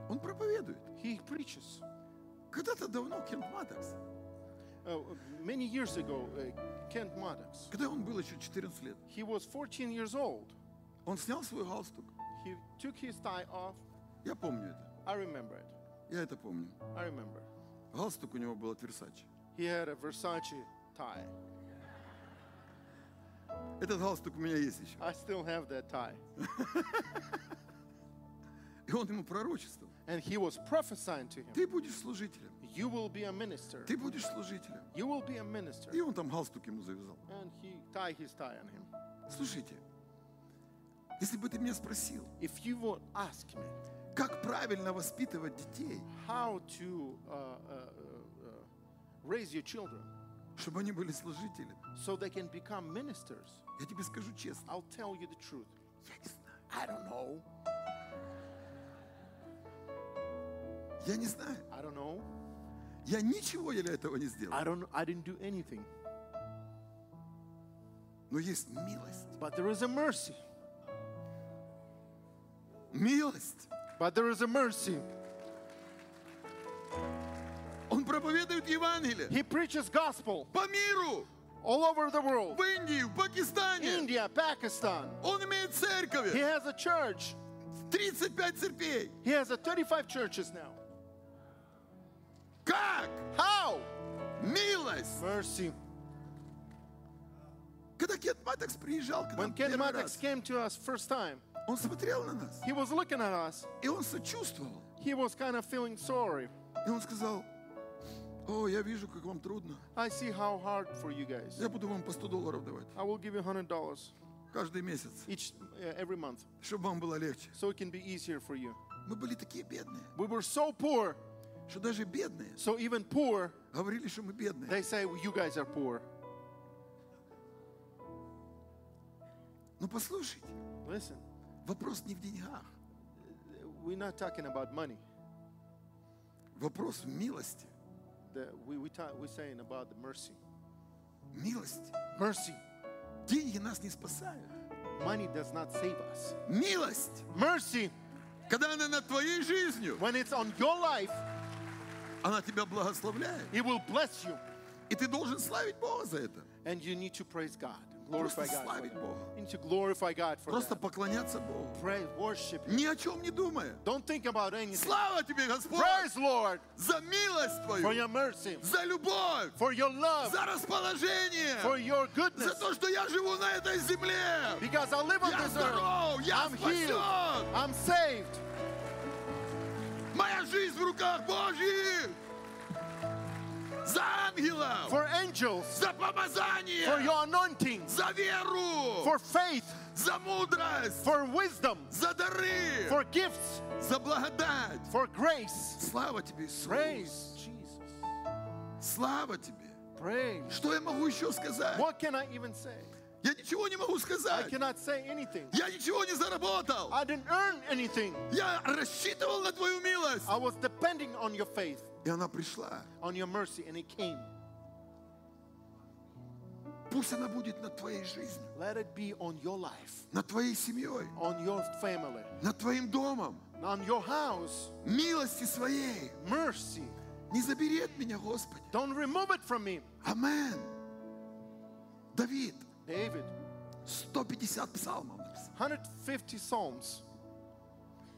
он проповедует.
he preaches.
Когда-то давно Кент Маддокс,
Uh, many years ago, uh, Kent Maddox,
когда он был еще 14 лет,
he was 14 years old.
он снял свой галстук.
He took his tie off.
Я помню это.
I remember it.
Я это помню.
I remember.
Галстук у него был от Версачи.
He had a Versace tie.
Этот галстук у меня есть еще.
I still have that tie.
И он ему пророчествовал.
And he was prophesying to him,
Ты будешь служителем.
You will be a minister.
Ты будешь служителем.
You will be a minister.
И он там галстук ему завязал.
And he tied his tie on him.
Слушайте, если бы ты меня спросил,
If you would ask me
как правильно воспитывать детей,
how to uh, uh, uh, uh, raise your children
чтобы они были служителями,
so they can become ministers,
я тебе скажу честно,
I'll tell you the truth.
я не знаю.
I don't know.
Я не знаю.
I don't know.
Я ничего для этого не сделал.
I don't. I didn't do anything.
Но есть милость.
But there is a mercy.
Милость.
But there is a mercy.
Он проповедует Евангелие
He preaches gospel
по миру,
all over the world.
в Индии, в Пакистане.
India, Pakistan.
Он имеет
He
церковь,
has a church.
35 церквей.
He has a 35 churches now.
Как?
How?
Милость.
Mercy.
Когда Кент Маттекс приезжал к
When
нам
Ken
первый
Maddox
раз,
came to us first time,
он смотрел на нас,
he was looking at us.
и он сочувствовал.
He was kind of feeling sorry.
И он сказал, о, я вижу, как вам трудно.
I see how hard for you guys.
Я буду вам по 100 долларов давать
I will give you hundred dollars
каждый месяц,
each uh, every month,
чтобы вам было легче.
so it can be easier for you.
Мы были такие бедные,
We were so poor,
что даже бедные
so even poor,
говорили, что мы бедные.
they say well, you guys are poor.
Но послушайте,
Listen,
вопрос не в деньгах,
we're not talking about money.
вопрос в милости.
The, we we ta- we're saying about the mercy.
Милость.
Mercy.
Деньги нас не спасают.
Money does not save us.
Милость,
Mercy,
когда она над твоей жизнью,
when it's on your life,
она тебя благословляет.
it will bless you,
И ты должен славить Бога за это.
and you need to praise God, glorify
Просто
God. For
славить
that.
Бога.
You need to glorify God for
Просто
that.
поклоняться Богу.
Praise, worship Him.
Ни о чем не думая.
Don't think about anything.
Слава тебе, Господь,
Praise Lord
за милость
for
Твою,
your mercy,
за любовь,
for your love,
за расположение,
for your
за
goodness.
то, что я живу на этой земле.
Because I live on
Я
this earth,
здоров, я
I'm healed,
спасен.
I'm saved.
Моя жизнь в руках Божьих. За ангелов,
For angels,
за помазание,
for your anointing,
за веру,
for faith,
за мудрость,
for wisdom,
за дары,
for gifts,
за благодать.
for grace.
Слава тебе, Иисус.
Praise Jesus.
Слава тебе.
Praise.
Что я могу еще сказать?
What can I even say?
Я ничего не могу
I
сказать.
cannot say anything.
Я ничего не заработал.
I didn't earn anything.
Я рассчитывал на твою милость.
I was depending on your faith,
И она пришла.
on your mercy, and it came.
Пусть она будет над твоей жизнью,
Let it be on your life,
над твоей семьей,
on your family,
над твоим домом.
on your house.
Милости своей.
Mercy.
Не забери от меня, Господи.
Don't remove it from me.
Амен. Давид,
David,
150 псалмов написал.
150 Psalms.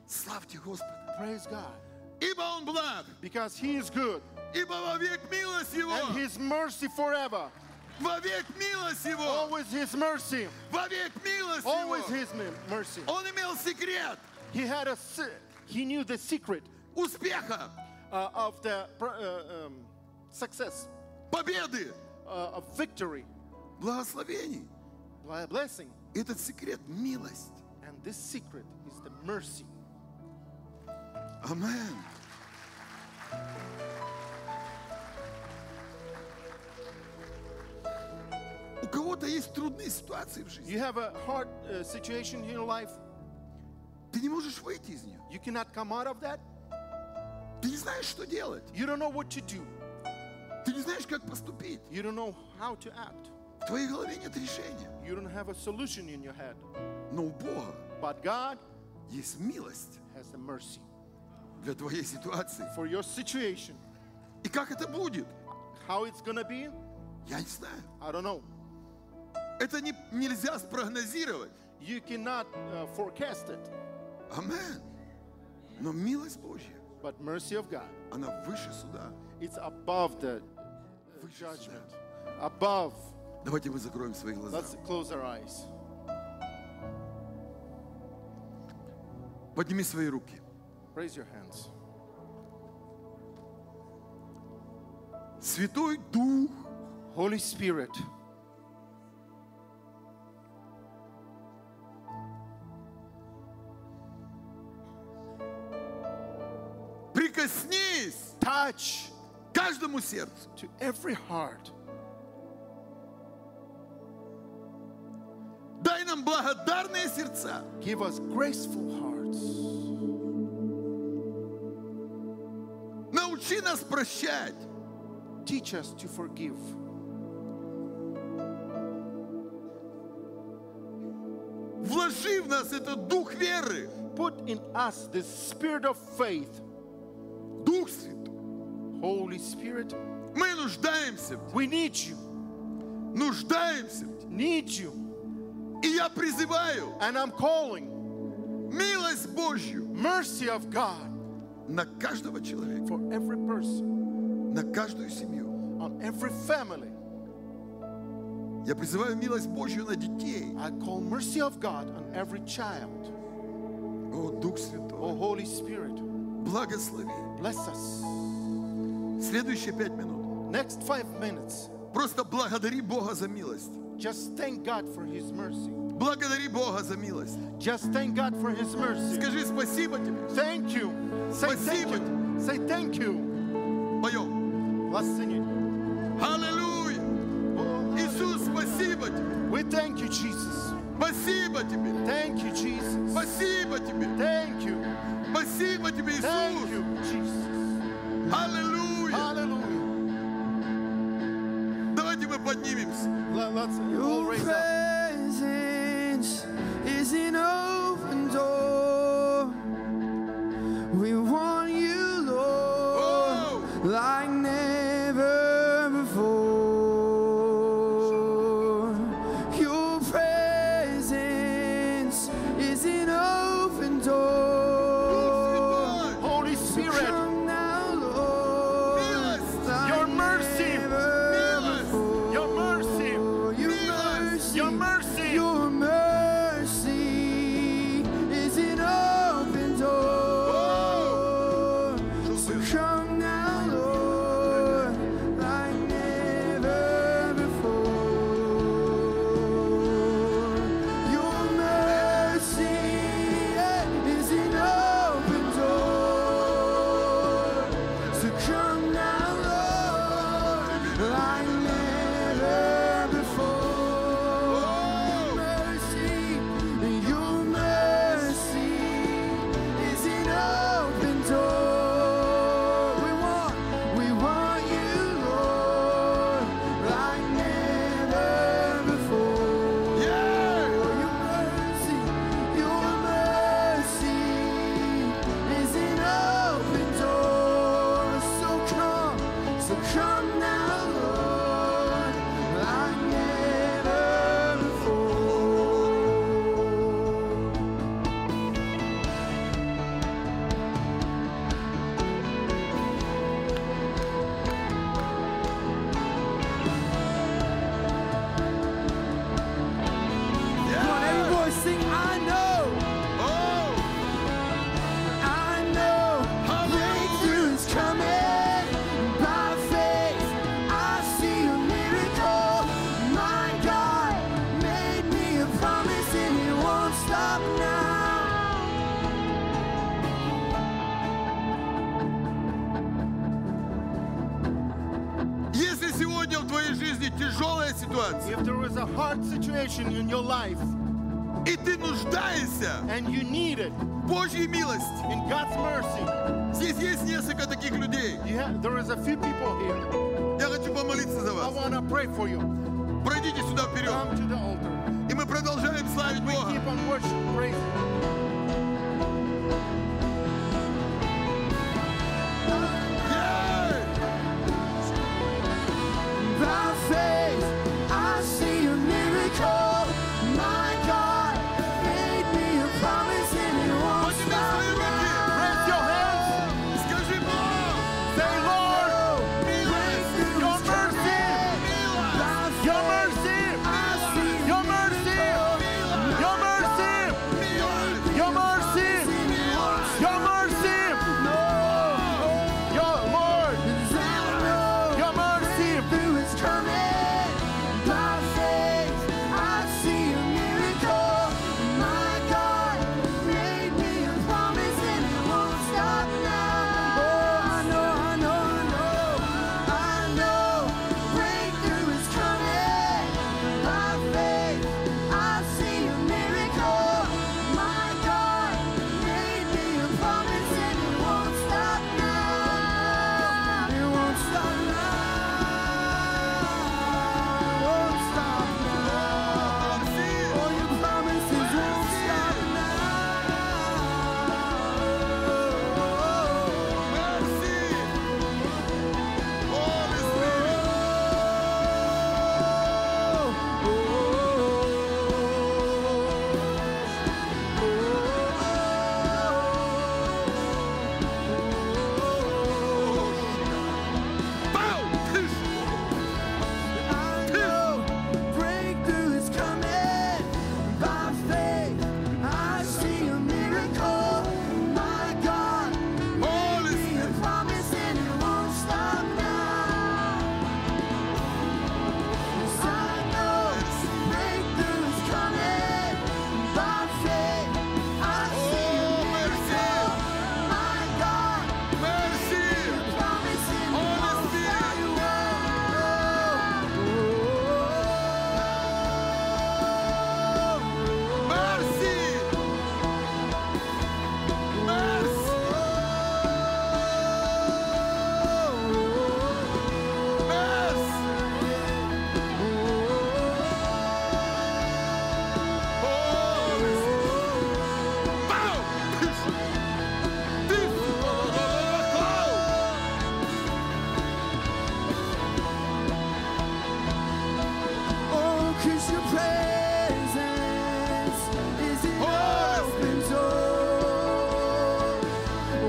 Славьте Господа.
Praise God.
Ибо Он благ,
Because He is good
ибо вовек милость
and
Его,
His mercy forever.
вовек милость Его,
Always His mercy.
вовек милость
Always
Его.
His mi- mercy.
Он имел секрет
He had a se- He knew the secret
успеха,
uh, of the pr- uh, um, success,
победы,
uh, of victory,
благословений.
bl- blessing.
Этот секрет – милость.
And this secret is the mercy.
Амен. У кого-то есть трудные ситуации в жизни.
You have a hard uh, situation in your life.
Ты не можешь выйти из нее.
You cannot come out of that.
Ты не знаешь, что делать.
You don't know what to do.
Ты не знаешь, как поступить.
You don't know how to act.
В твоей голове нет решения.
You don't have a solution in your head.
Но у Бога
But God
есть милость
has the mercy
для твоей ситуации.
for your situation.
И как это будет?
How it's gonna be,
Я не знаю.
I don't know.
Это не, нельзя спрогнозировать.
You cannot uh, forecast it.
Амен. Но милость Божья,
But mercy of God,
она выше суда.
it's above the uh,
Выше
judgment.
суда.
Above.
Давайте мы закроем свои глаза.
Let's close our eyes.
Подними свои руки.
Raise your hands.
Святой Дух,
Holy Spirit,
прикоснись
touch
к каждому сердцу.
to every heart.
Дай нам благодарные сердца.
Give us graceful hearts.
Научи нас прощать.
Teach us to forgive.
Вложи в нас этот дух веры.
Put in us the spirit of faith.
Дух Святой.
Holy Spirit,
Мы нуждаемся в Тебе.
we need you.
Нуждаемся в Тебе.
Need you.
И я призываю
And I'm calling
милость Божью
mercy of God
на каждого человека,
for every person,
на каждую семью.
on every family.
Я призываю милость Божью на детей.
I call mercy of God on every child.
О, Дух Святой,
Oh, Holy Spirit,
благослови.
bless us.
Следующие пять минут.
Next five minutes,
Просто благодари Бога за милость.
just thank God for His mercy.
Благодари Бога за милость.
Just thank God for His mercy.
Скажи спасибо тебе.
Thank you. Say thank you. Say thank you.
Поем.
Let's sing it.
Аллилуйя. Oh, Иисус, спасибо тебе.
We thank you, Jesus.
Спасибо тебе.
Thank you, Jesus.
Спасибо тебе.
Thank you.
Спасибо тебе,
Thank
Иисус.
you, Jesus.
Аллилуйя.
Hallelujah.
Давайте мы поднимемся.
Let, us all raise up.
presence is an open door. We want you, Lord,
Oh.
like never before. Your presence is an open door.
Holy Spirit,
Come now, Lord,
Милость.
like
Your mercy.
never
Милость.
before.
your mercy,
Your
Miraculous.
mercy,
your mercy,
your mercy is an open door.
Чувствуешь?
Come now, Lord,
жизни тяжелая ситуация,
If there is a hard situation in your life
и ты нуждаешься
and you need it
в Божьей милости,
in God's mercy,
здесь есть несколько таких людей.
you ha- there is a few people here.
Я хочу помолиться за
I
вас.
want to pray for you.
Пройдите сюда вперед.
Come to the altar.
И мы продолжаем славить
We
Бога.
keep on worship, praising.
Ей!
By faith, I see a miracle. My God made me a promise and he wants
Подними
my
свои руки.
life.
Raise your hands. Скажи Бог,
Say, Lord,
милость,
your mercy,
милость,
by faith,
Your mercy,
I see a
your mercy, your mercy,
милость.
your mercy,
miracle. He wants
your mercy,
more.
your Lord,
Cause I know
your mercy.
breakthrough is coming. By faith, I see a miracle. My God made me a promise and it won't stop now. Oh, I know, I know, I know, I know. Breakthrough is coming. By faith, I see a miracle. My God made me a promise and it won't stop now. It won't stop now. Won't stop now. All your promises won't stop now.
Mercy. Holy Spirit. Пау! Тыш!
I know breakthrough is coming. By faith, I see a miracle. My God,
Holy
made me a
Spirit.
promise and it won't stop now. 'Cause I know breakthrough is coming. By faith, I see a
Oh,
miracle. My God,
Mercy.
promise and it
Holy
won't stop
Spirit.
now.
Mercy. Mercy. Mercy. Holy Spirit. Пау! Тыш! Тыш! Пау!
Oh, 'cause your presence is an
Oh.
open door.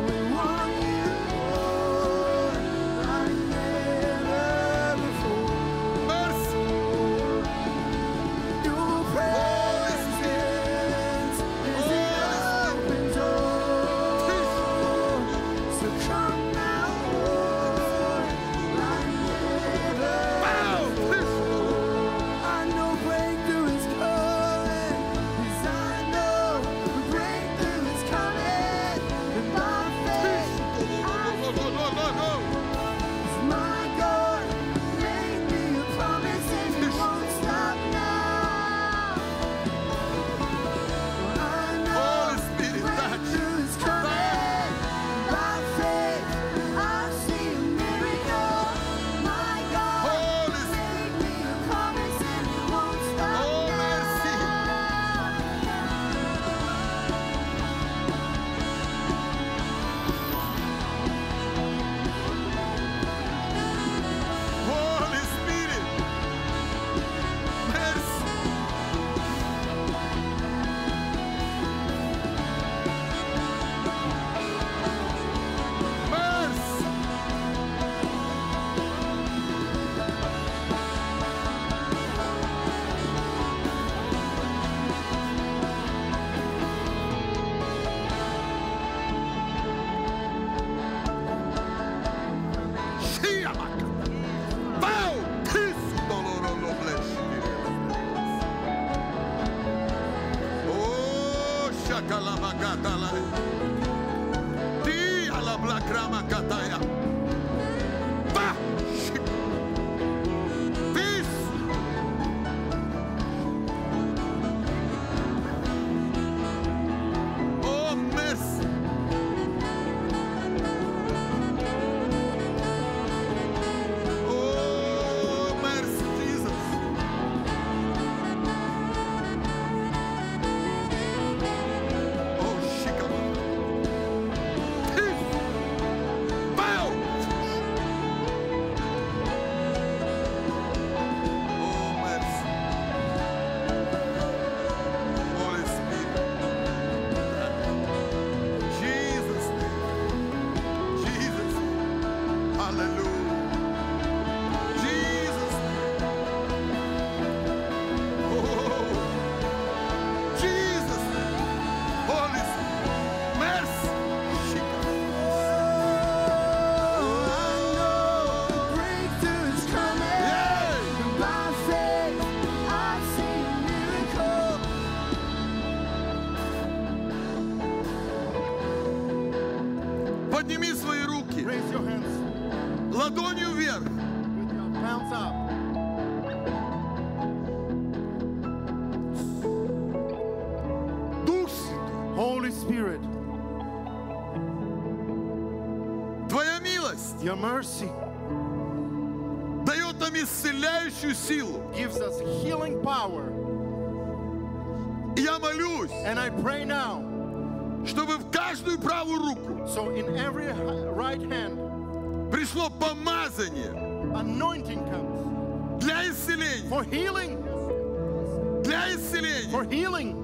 We want you more like never before.
Mercy.
Your presence is an open door. So come now, Lord, like never
Пау! Тыш!
I know breakthrough is coming. 'Cause I know breakthrough is coming. And by faith, I
Go, go, go, go, go.
my God made me a promise and it won't stop now. I know
Holy Spirit, touch.
breakthrough is coming. By faith, I see a miracle. My God
Holy Spirit.
made me a promise and it won't stop
Oh,
now.
mercy. Holy Spirit. Mercy. Mercy. Shiamaka. Bow. Kiss. Doloro no flesh. Oh, shakalabakata la. Di ala blakrama kataya. Ba. Shi. Di Oh, Oh, Oh, Oh, Oh, Ладонью вверх.
with your palms up.
Дух Святой,
Holy Spirit,
Твоя милость
your mercy
дает нам исцеляющую силу.
gives us healing power.
И я молюсь,
And I pray now,
чтобы в каждую правую руку
so in every h- right hand,
пришло помазание
anointing comes
для исцеления.
for healing,
Для исцеления.
for healing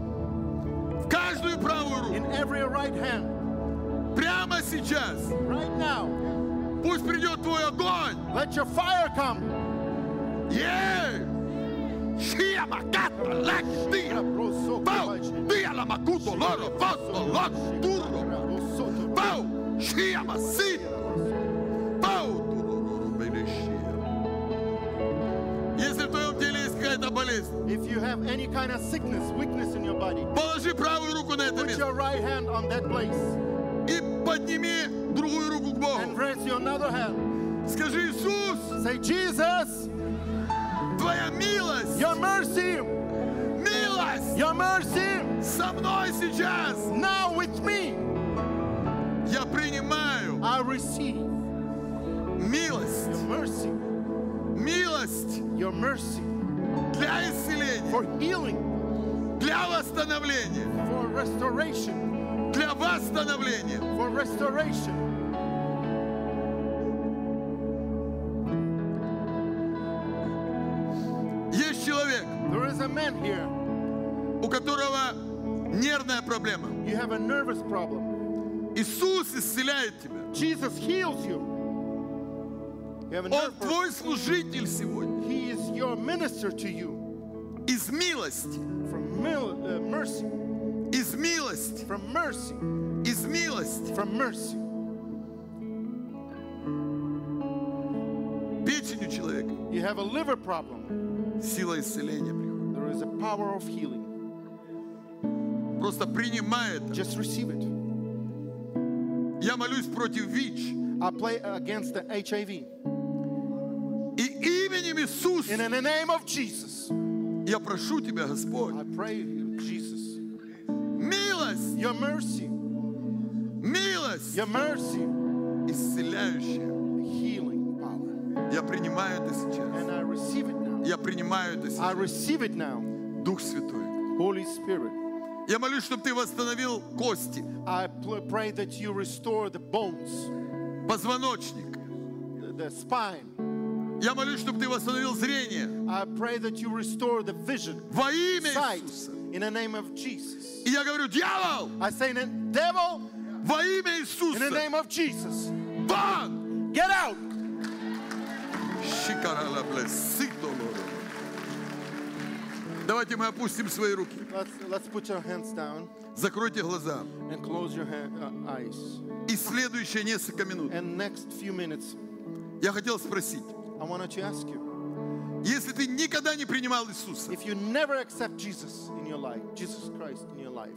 В каждую правую руку.
in every right hand.
Прямо сейчас.
Right now,
Пусть придет твой огонь.
let your fire come.
Е! Шиамаката, лакдира. Бау, диала макуто, лоро, фото, лок, туро. Бау, шиама, си. Бау, туруруру, белешия. Если в твоем теле есть какая-то болезнь,
If you have any kind of sickness, weakness in your body,
положи правую руку на это
put
место
your right hand on that place
и подними другую руку к
and
Богу.
raise your other hand.
Скажи, Иисус,
Say, Jesus,
Твоя милость,
your mercy,
милость
your mercy
со мной сейчас.
now with me.
Я принимаю
I receive
милость,
your mercy,
милость
your mercy
для исцеления,
for healing,
для восстановления,
for restoration,
для восстановления.
for restoration.
Есть человек,
There is a man here.
у которого нервная проблема.
You have a nervous problem.
Иисус исцеляет тебя.
Jesus heals you. You have a
Он
nerve problem.
твой служитель сегодня.
He is your minister to you
Из милости,
from mil- uh, mercy,
из милости,
from mercy,
из милости.
from mercy.
Печень у человека.
You have a liver problem.
Сила исцеления приходит.
There is a power of healing.
Просто принимай это.
Just receive it.
Я молюсь против ВИЧ.
I play against the HIV.
И именем
And
Иисуса
in the name of Jesus,
я прошу тебя,
I
Господь,
pray, Jesus,
милость,
your mercy,
милость
your mercy,
исцеляющая.
healing power.
Я принимаю это
And
сейчас.
I receive it now.
Я принимаю это
I
сейчас.
receive it now.
Дух Святой.
Holy Spirit,
Я молюсь, чтобы ты восстановил кости,
I pl- pray that you restore the bones,
позвоночник.
the, the spine.
Я молюсь, чтобы ты восстановил зрение
I pray that you restore the vision,
во имя
sight,
Иисуса.
in the name of Jesus.
И я говорю, дьявол,
I say, "Na- devil,
во имя
in the
Иисуса,
name of Jesus,
бан!
get out.
Шикарала, бля, сыто, лоро. Давайте мы опустим свои руки.
Let's, let's put your hands down
Закройте глаза.
and close your hand, uh, eyes.
И следующие несколько минут
And next few minutes,
я хотел спросить,
I wanted to ask you
если ты никогда не принимал Иисуса,
if you never accept Jesus in your life, Jesus Christ in your life,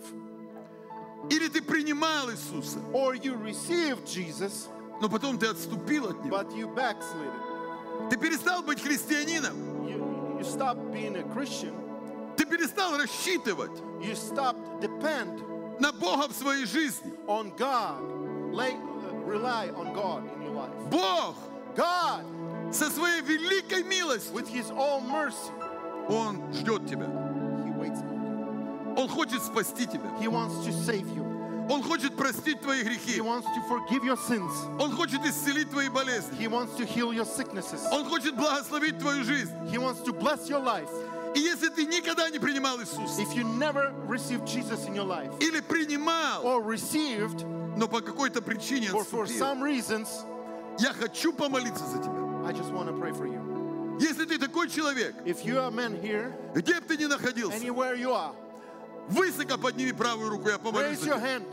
или ты принимал Иисуса,
or you received Jesus,
но потом ты отступил от Него,
but you backslid.
ты перестал быть христианином,
You, you stopped being a Christian.
ты перестал рассчитывать
You stopped depend
на Бога в своей жизни.
on God. Lay, rely on God in your life.
Бог
God,
со своей великой милостью,
with His own mercy,
Он ждет тебя.
He waits on
Он хочет спасти
you.
тебя.
He wants to save you.
Он хочет простить твои
He
грехи.
wants to forgive your sins.
Он хочет исцелить твои болезни.
He wants to heal your sicknesses.
Он хочет благословить твою жизнь.
He wants to bless your life.
И если ты никогда не принимал Иисуса,
If you never received Jesus in your life,
или принимал,
or received,
но по какой-то причине
or for
отступил,
some reasons,
я хочу помолиться за тебя.
I just want to pray for you.
Если ты такой человек,
If you are a man here,
где бы ты ни находился,
anywhere you are,
высоко подними правую руку, я помолюсь
raise
за
your
тебя.
hand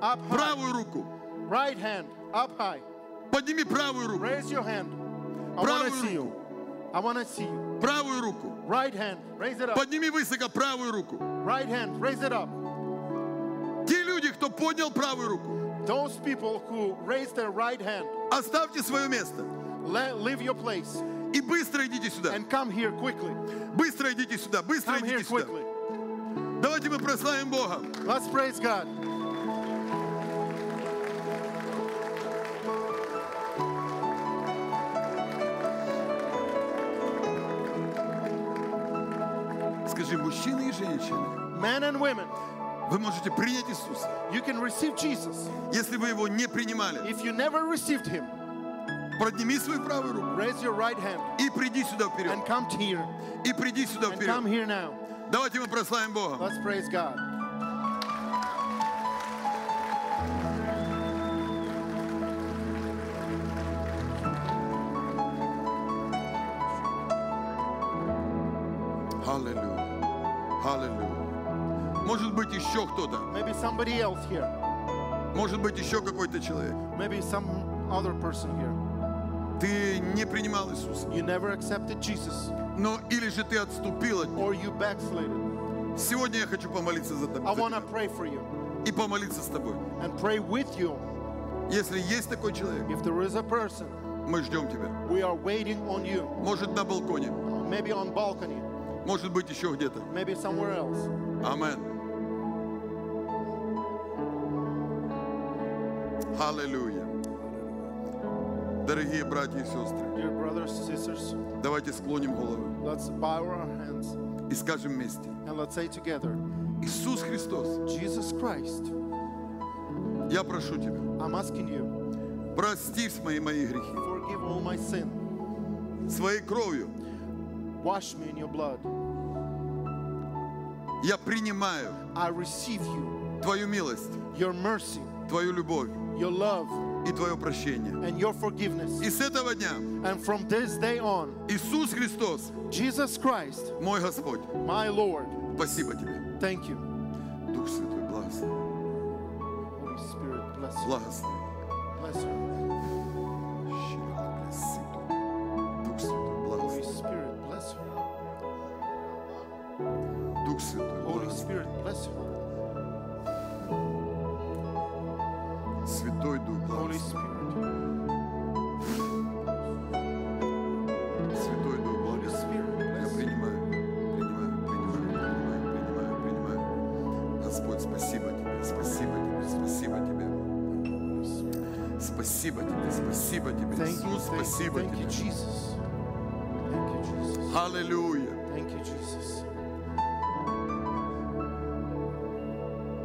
up high,
Правую руку.
right hand up high.
Подними правую руку.
Raise your hand. I want to
Правую
see you. I want to see you.
Правую руку.
Right hand, raise it up.
Подними высоко правую руку.
Right hand, raise it up.
Те люди, кто поднял правую руку,
Those people who raise their right hand,
Оставьте свое место
le- leave your place
и быстро идите сюда.
and come here quickly.
Быстро идите сюда, быстро
Come here
идите сюда.
quickly.
Давайте мы прославим Бога.
Let's praise God.
Скажи, мужчины и женщины,
Men and women,
вы можете принять Иисуса.
you can receive Jesus.
Если вы его не принимали,
If you never received him,
подними свою правую руку
raise your right hand
и приди сюда вперед.
and come here.
И приди сюда
And come
вперед.
here now.
Давайте мы прославим Бога.
Let's praise God.
Аллилуйя. Аллилуйя. Может быть, еще кто-то.
Maybe somebody else here.
Может быть, еще какой-то человек.
Maybe some other person here.
Ты не принимал Иисуса.
You never accepted Jesus
Но или же ты отступил от Него.
or you backslided.
Сегодня я хочу помолиться за
I want to
тебя.
pray for you
И помолиться с тобой.
and pray with you.
Если есть такой человек,
If there is a person,
мы ждем тебя.
we are waiting on you.
Может, на балконе.
Maybe on balcony,
Может быть, еще где-то.
maybe somewhere else.
Амен. Аллилуйя. Дорогие братья и сестры,
Dear brothers, sisters,
давайте склоним головы
let's bow our hands
и скажем вместе.
and let's say together,
Иисус Христос,
Jesus Christ,
я прошу Тебя,
I'm asking you,
прости мои, мои грехи.
forgive all my sin.
Своей кровью
Wash me in your blood.
я принимаю
I receive you,
Твою милость,
your mercy,
Твою любовь
your love,
и Твое прощение.
and your forgiveness.
И с этого дня
And from this day on,
Иисус Христос,
Jesus Christ,
мой Господь,
my Lord,
спасибо Тебе.
thank you.
Дух Святой, благослови,
Holy Spirit, bless you.
благослови.
Bless you.
Дух Святой, благослови.
Holy Spirit, bless you.
Дух Святой,
Holy
благослови.
Spirit, bless you.
Святой Дух,
Holy
благослови.
Spirit,
Святой Дух,
Holy
благослови.
Spirit,
Я
bless you.
принимаю, принимаю, принимаю, принимаю, принимаю, принимаю. Господь, спасибо Тебе, спасибо Тебе, спасибо Тебе. Спасибо Тебе, спасибо Тебе,
Thank you,
Иисус,
thank you,
спасибо
thank you,
Тебе.
Jesus. Thank you, Jesus.
Аллилуйя.
Thank you, Jesus.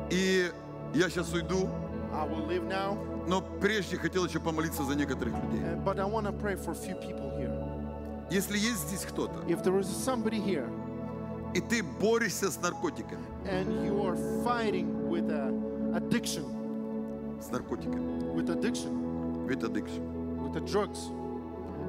И я сейчас уйду,
I will leave now,
но прежде хотел еще помолиться за некоторых людей.
uh, but I want to pray for a few people here.
Если есть здесь кто-то,
If there is somebody here
и ты борешься с наркотиками,
and you are fighting with uh, addiction,
с наркотиками,
with addiction,
ведь addiction.
with the drugs,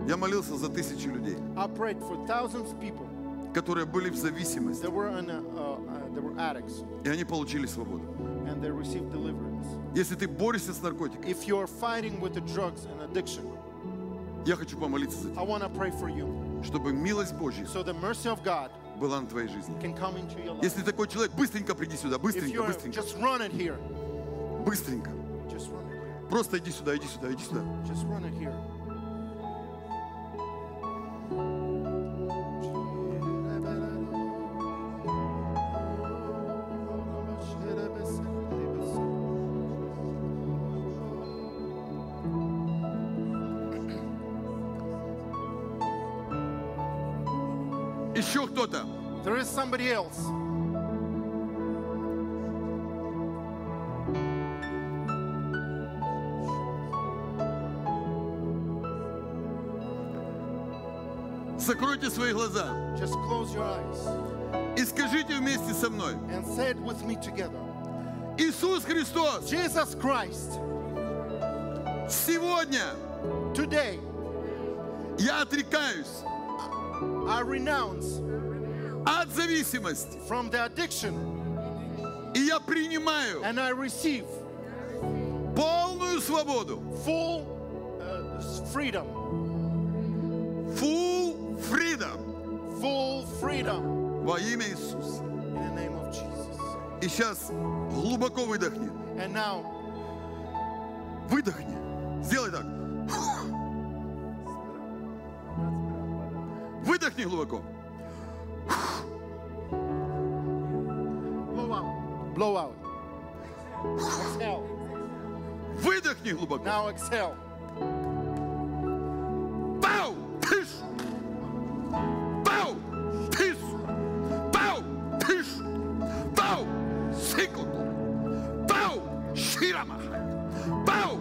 Я молился за тысячи людей,
I prayed for thousands of people.
которые были в зависимости.
They were in a, uh, uh, they were addicts
и они получили свободу.
and they received deliverance.
Если ты борешься с наркотиками,
If you're fighting with the drugs and addiction,
я хочу помолиться за
I want to pray for you
тебя, чтобы милость Божья
so the mercy of God
была на твоей жизни.
can come into your life.
Если такой человек, быстренько приди сюда,
If
быстренько,
you're
быстренько,
just run it here,
быстренько.
just run it here,
Просто иди сюда, иди сюда, иди сюда.
just run it here.
Еще кто-то.
There is somebody else.
Закройте свои глаза
Just close your eyes
и скажите вместе со мной.
and say it with me together.
Иисус Христос,
Jesus Christ,
сегодня
today
я отрекаюсь
I renounce
от зависимости.
from the addiction
И я принимаю
and I receive
полную свободу.
full uh, freedom,
Full freedom.
full freedom
Во имя Иисуса.
in the name of Jesus.
И сейчас глубоко выдохни.
And now
Выдохни. Сделай так. Выдохни глубоко.
Blow out. Blow out. Exhale.
Выдохни глубоко.
Now exhale.
Пау! Тыш! Пау! Тыш! Пау! Тыш! Пау! Сикото! Пау! Ширамахай! Пау!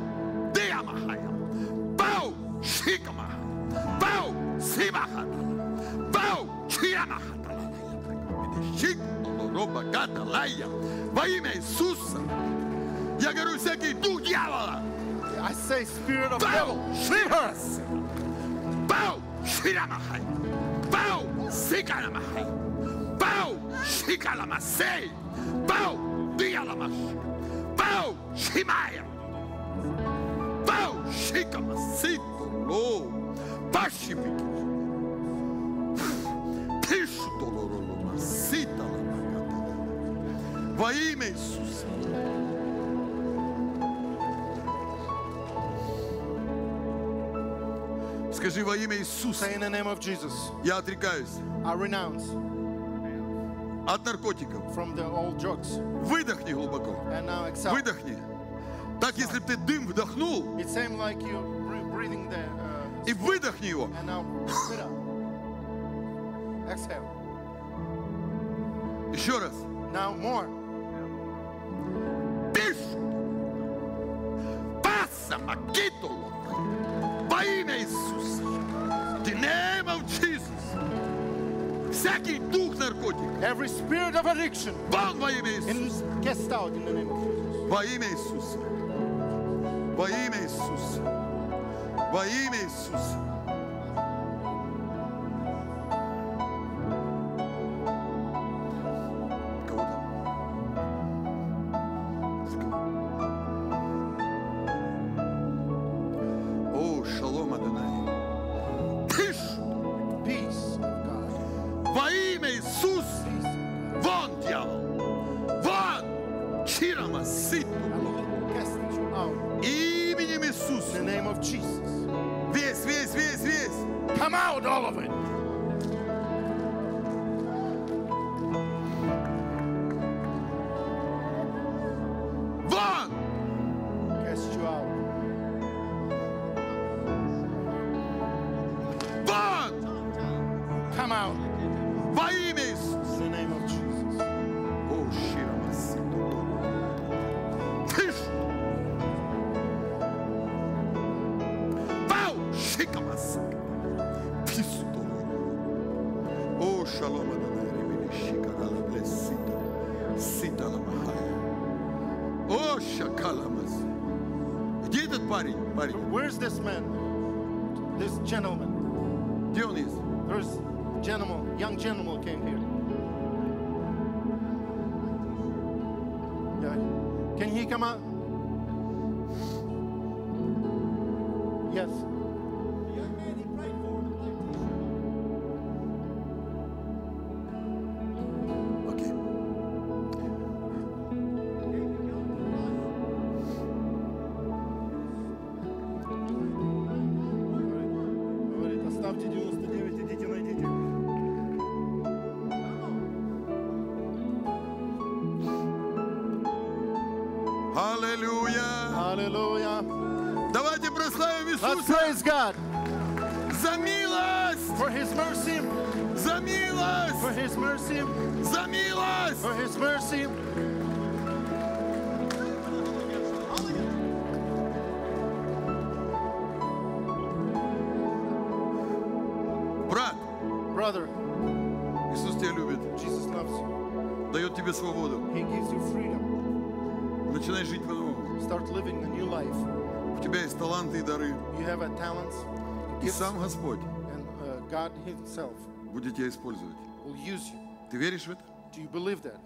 Диамахай! Пау! Шикамахай! Пау! Симахатала! Пау! Чиамахатала! Шик! Роба Каталая! Во имя Иисуса! Я говорю, всякий дух дьявола!
I say, Spirit of
Bow,
devil,
Shiras! Bow, Shiramahai! Bow, Sikalamahai! Bow, Shikalamasei! Bow, Dialamash! Bow, Shimaya! Bow, Shikamasit! Lo! Bashimiki! Тишутолороломасита! Во имя Иисуса! Скажи во имя Иисуса!
say in the name of Jesus,
Я отрекаюсь
I renounce
от наркотиков.
from the old drugs
Выдохни глубоко.
and now exhale.
Выдохни. Так, если бы ты дым вдохнул,
It seemed like you bre- breathing the uh,
и выдохни его.
and now spit out. Exhale.
Еще раз.
Now more.
Пиш! Паса макитуло. Во имя Иисуса. The name of Jesus. Всякий дух наркотик.
Every spirit of addiction
Вон во имя
in,
Иисуса.
gets out in the name of Jesus.
Во имя Иисуса. Во имя Иисуса. Во имя Иисуса. Кого там? С кого? О, шалом, Адонай. Тыш!
Peace of God.
Во имя Иисуса!
Peace. of
Вон, дьявол! Вон! Чирама, сыт!
God. Cast you out
Именем
in the
Иисуса!
name of Jesus.
Весь, весь, весь, весь!
Come out, all of it.
Вон!
Cast you out.
Вон!
Come out
Во имя Иисуса!
in the name of Jesus.
О, Ширама, сыт! Тыш! Вау! Шикама, сыт! Пису, долой. О, шалом, Адонай, ремели, шикарала, блес, сыта. Сыта, ламахая. О, шакала, мас. Где этот парень? Парень,
Where's this man? This gentleman.
где он есть?
There's gentleman, young gentleman came here. Yeah. Can he come out? Yes.
Окей.
Говорит, оставьте 99, идите найдите.
Аллилуйя!
Hallelujah.
Давайте прославим
Let's
Иисуса
praise God
за милость!
for His mercy,
За
for
милость!
His mercy,
За милость!
for His mercy.
Брат,
Brother,
Иисус тебя любит,
Jesus loves you.
дает тебе свободу.
He gives you freedom.
Начинай жить по-новому.
Start living a new life.
У тебя есть таланты и дары.
You have a talent,
И
gifts,
сам Господь
and uh, God Himself
будет тебя использовать.
will use you.
Ты веришь в это?
Do you believe that?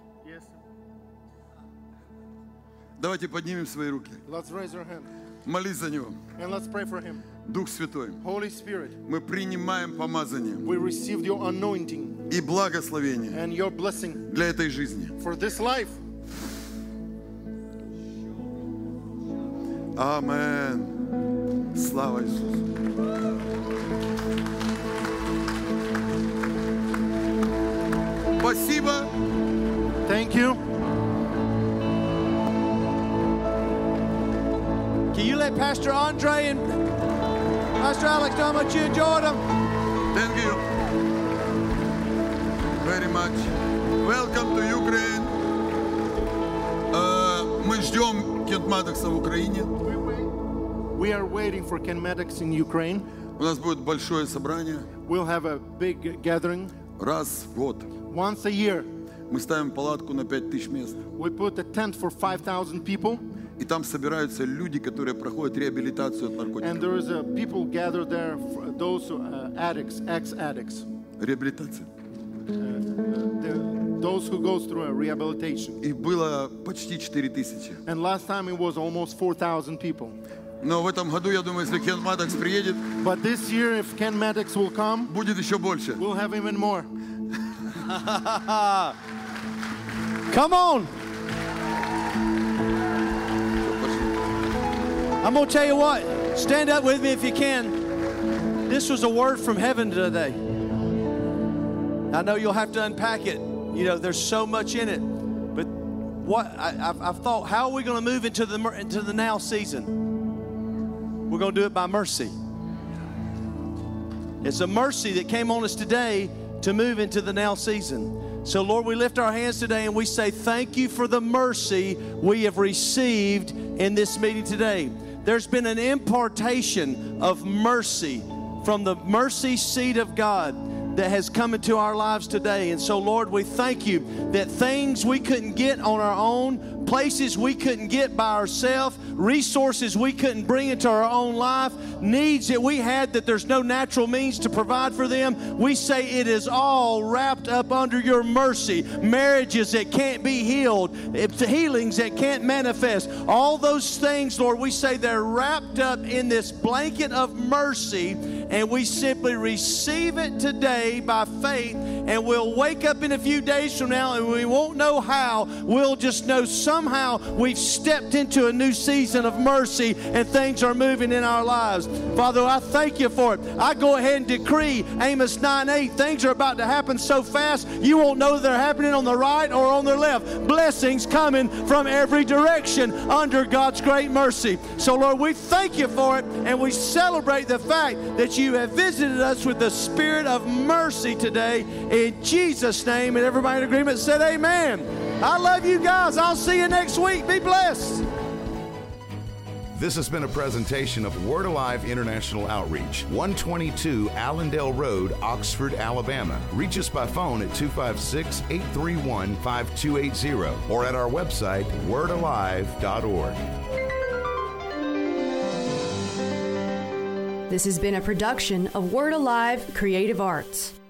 Давайте поднимем свои руки.
Let's raise our hand
Молись за Него.
and let's pray for Him.
Дух Святой,
Holy Spirit,
мы принимаем помазание
we received your anointing
и благословение
and your blessing
для этой жизни.
for this life.
Амен. Слава Иисусу. Спасибо.
Thank you.
Can you let Pastor Andre and Pastor Alex know how much you enjoyed them?
Thank you very much. Welcome to Ukraine. Э, Мы ждем Кент Маддокса в Украине.
We are waiting for Ken Maddox in Ukraine.
У нас будет большое собрание
We'll have a big gathering
раз в год.
once a year.
Мы ставим палатку на 5000 мест.
We put a tent for 5,000 people,
И там собираются люди, которые проходят реабилитацию от
and
наркотиков.
there is a people gathered there, f- those uh, addicts, ex-addicts,
Реабилитация.
the- those who goes through a rehabilitation.
Их было почти 4000.
And last time it was almost 4,000 people.
Но в этом году, я думаю, если Кент Маддокс приедет,
But this year, if Ken Maddox will come,
будет еще больше.
we'll have even more.
Come on. I'm going to tell you what. Stand up with me if you can. This was a word from heaven today. I know you'll have to unpack it. You know, there's so much in it. But what I, I've, I've thought, how are we going to move into the mer- into the now season? We're going to do it by mercy. It's a mercy that came on us today to move into the now season. So, Lord, we lift our hands today and we say, Thank you for the mercy we have received in this meeting today. There's been an impartation of mercy from the mercy seat of God that has come into our lives today. And so, Lord, we thank you that things we couldn't get on our own, places we couldn't get by ourselves, resources we couldn't bring into our own life, needs that we had that there's no natural means to provide for them. We say it is all wrapped up under your mercy. Marriages that can't be healed, it's healings that can't manifest, all those things, Lord, we say they're wrapped up in this blanket of mercy, and we simply receive it today by faith. And we'll wake up in a few days from now and we won't know how. We'll just know somehow we've stepped into a new season of mercy and things are moving in our lives. Father, I thank you for it. I go ahead and decree Amos 9 8, things are about to happen so fast you won't know they're happening on the right or on the left. Blessings coming from every direction under God's great mercy. So, Lord, we thank you for it and we celebrate the fact that you have visited us with the spirit of mercy today in Jesus' name. And everybody in agreement said, Amen. I love you guys. I'll see you next week. Be blessed.
This has been a presentation of Word Alive International Outreach, 122 Allendale Road, Oxford, Alabama. Reach us by phone at 256 831 5280 or at our website, wordalive.org.
This has been a production of Word Alive Creative Arts.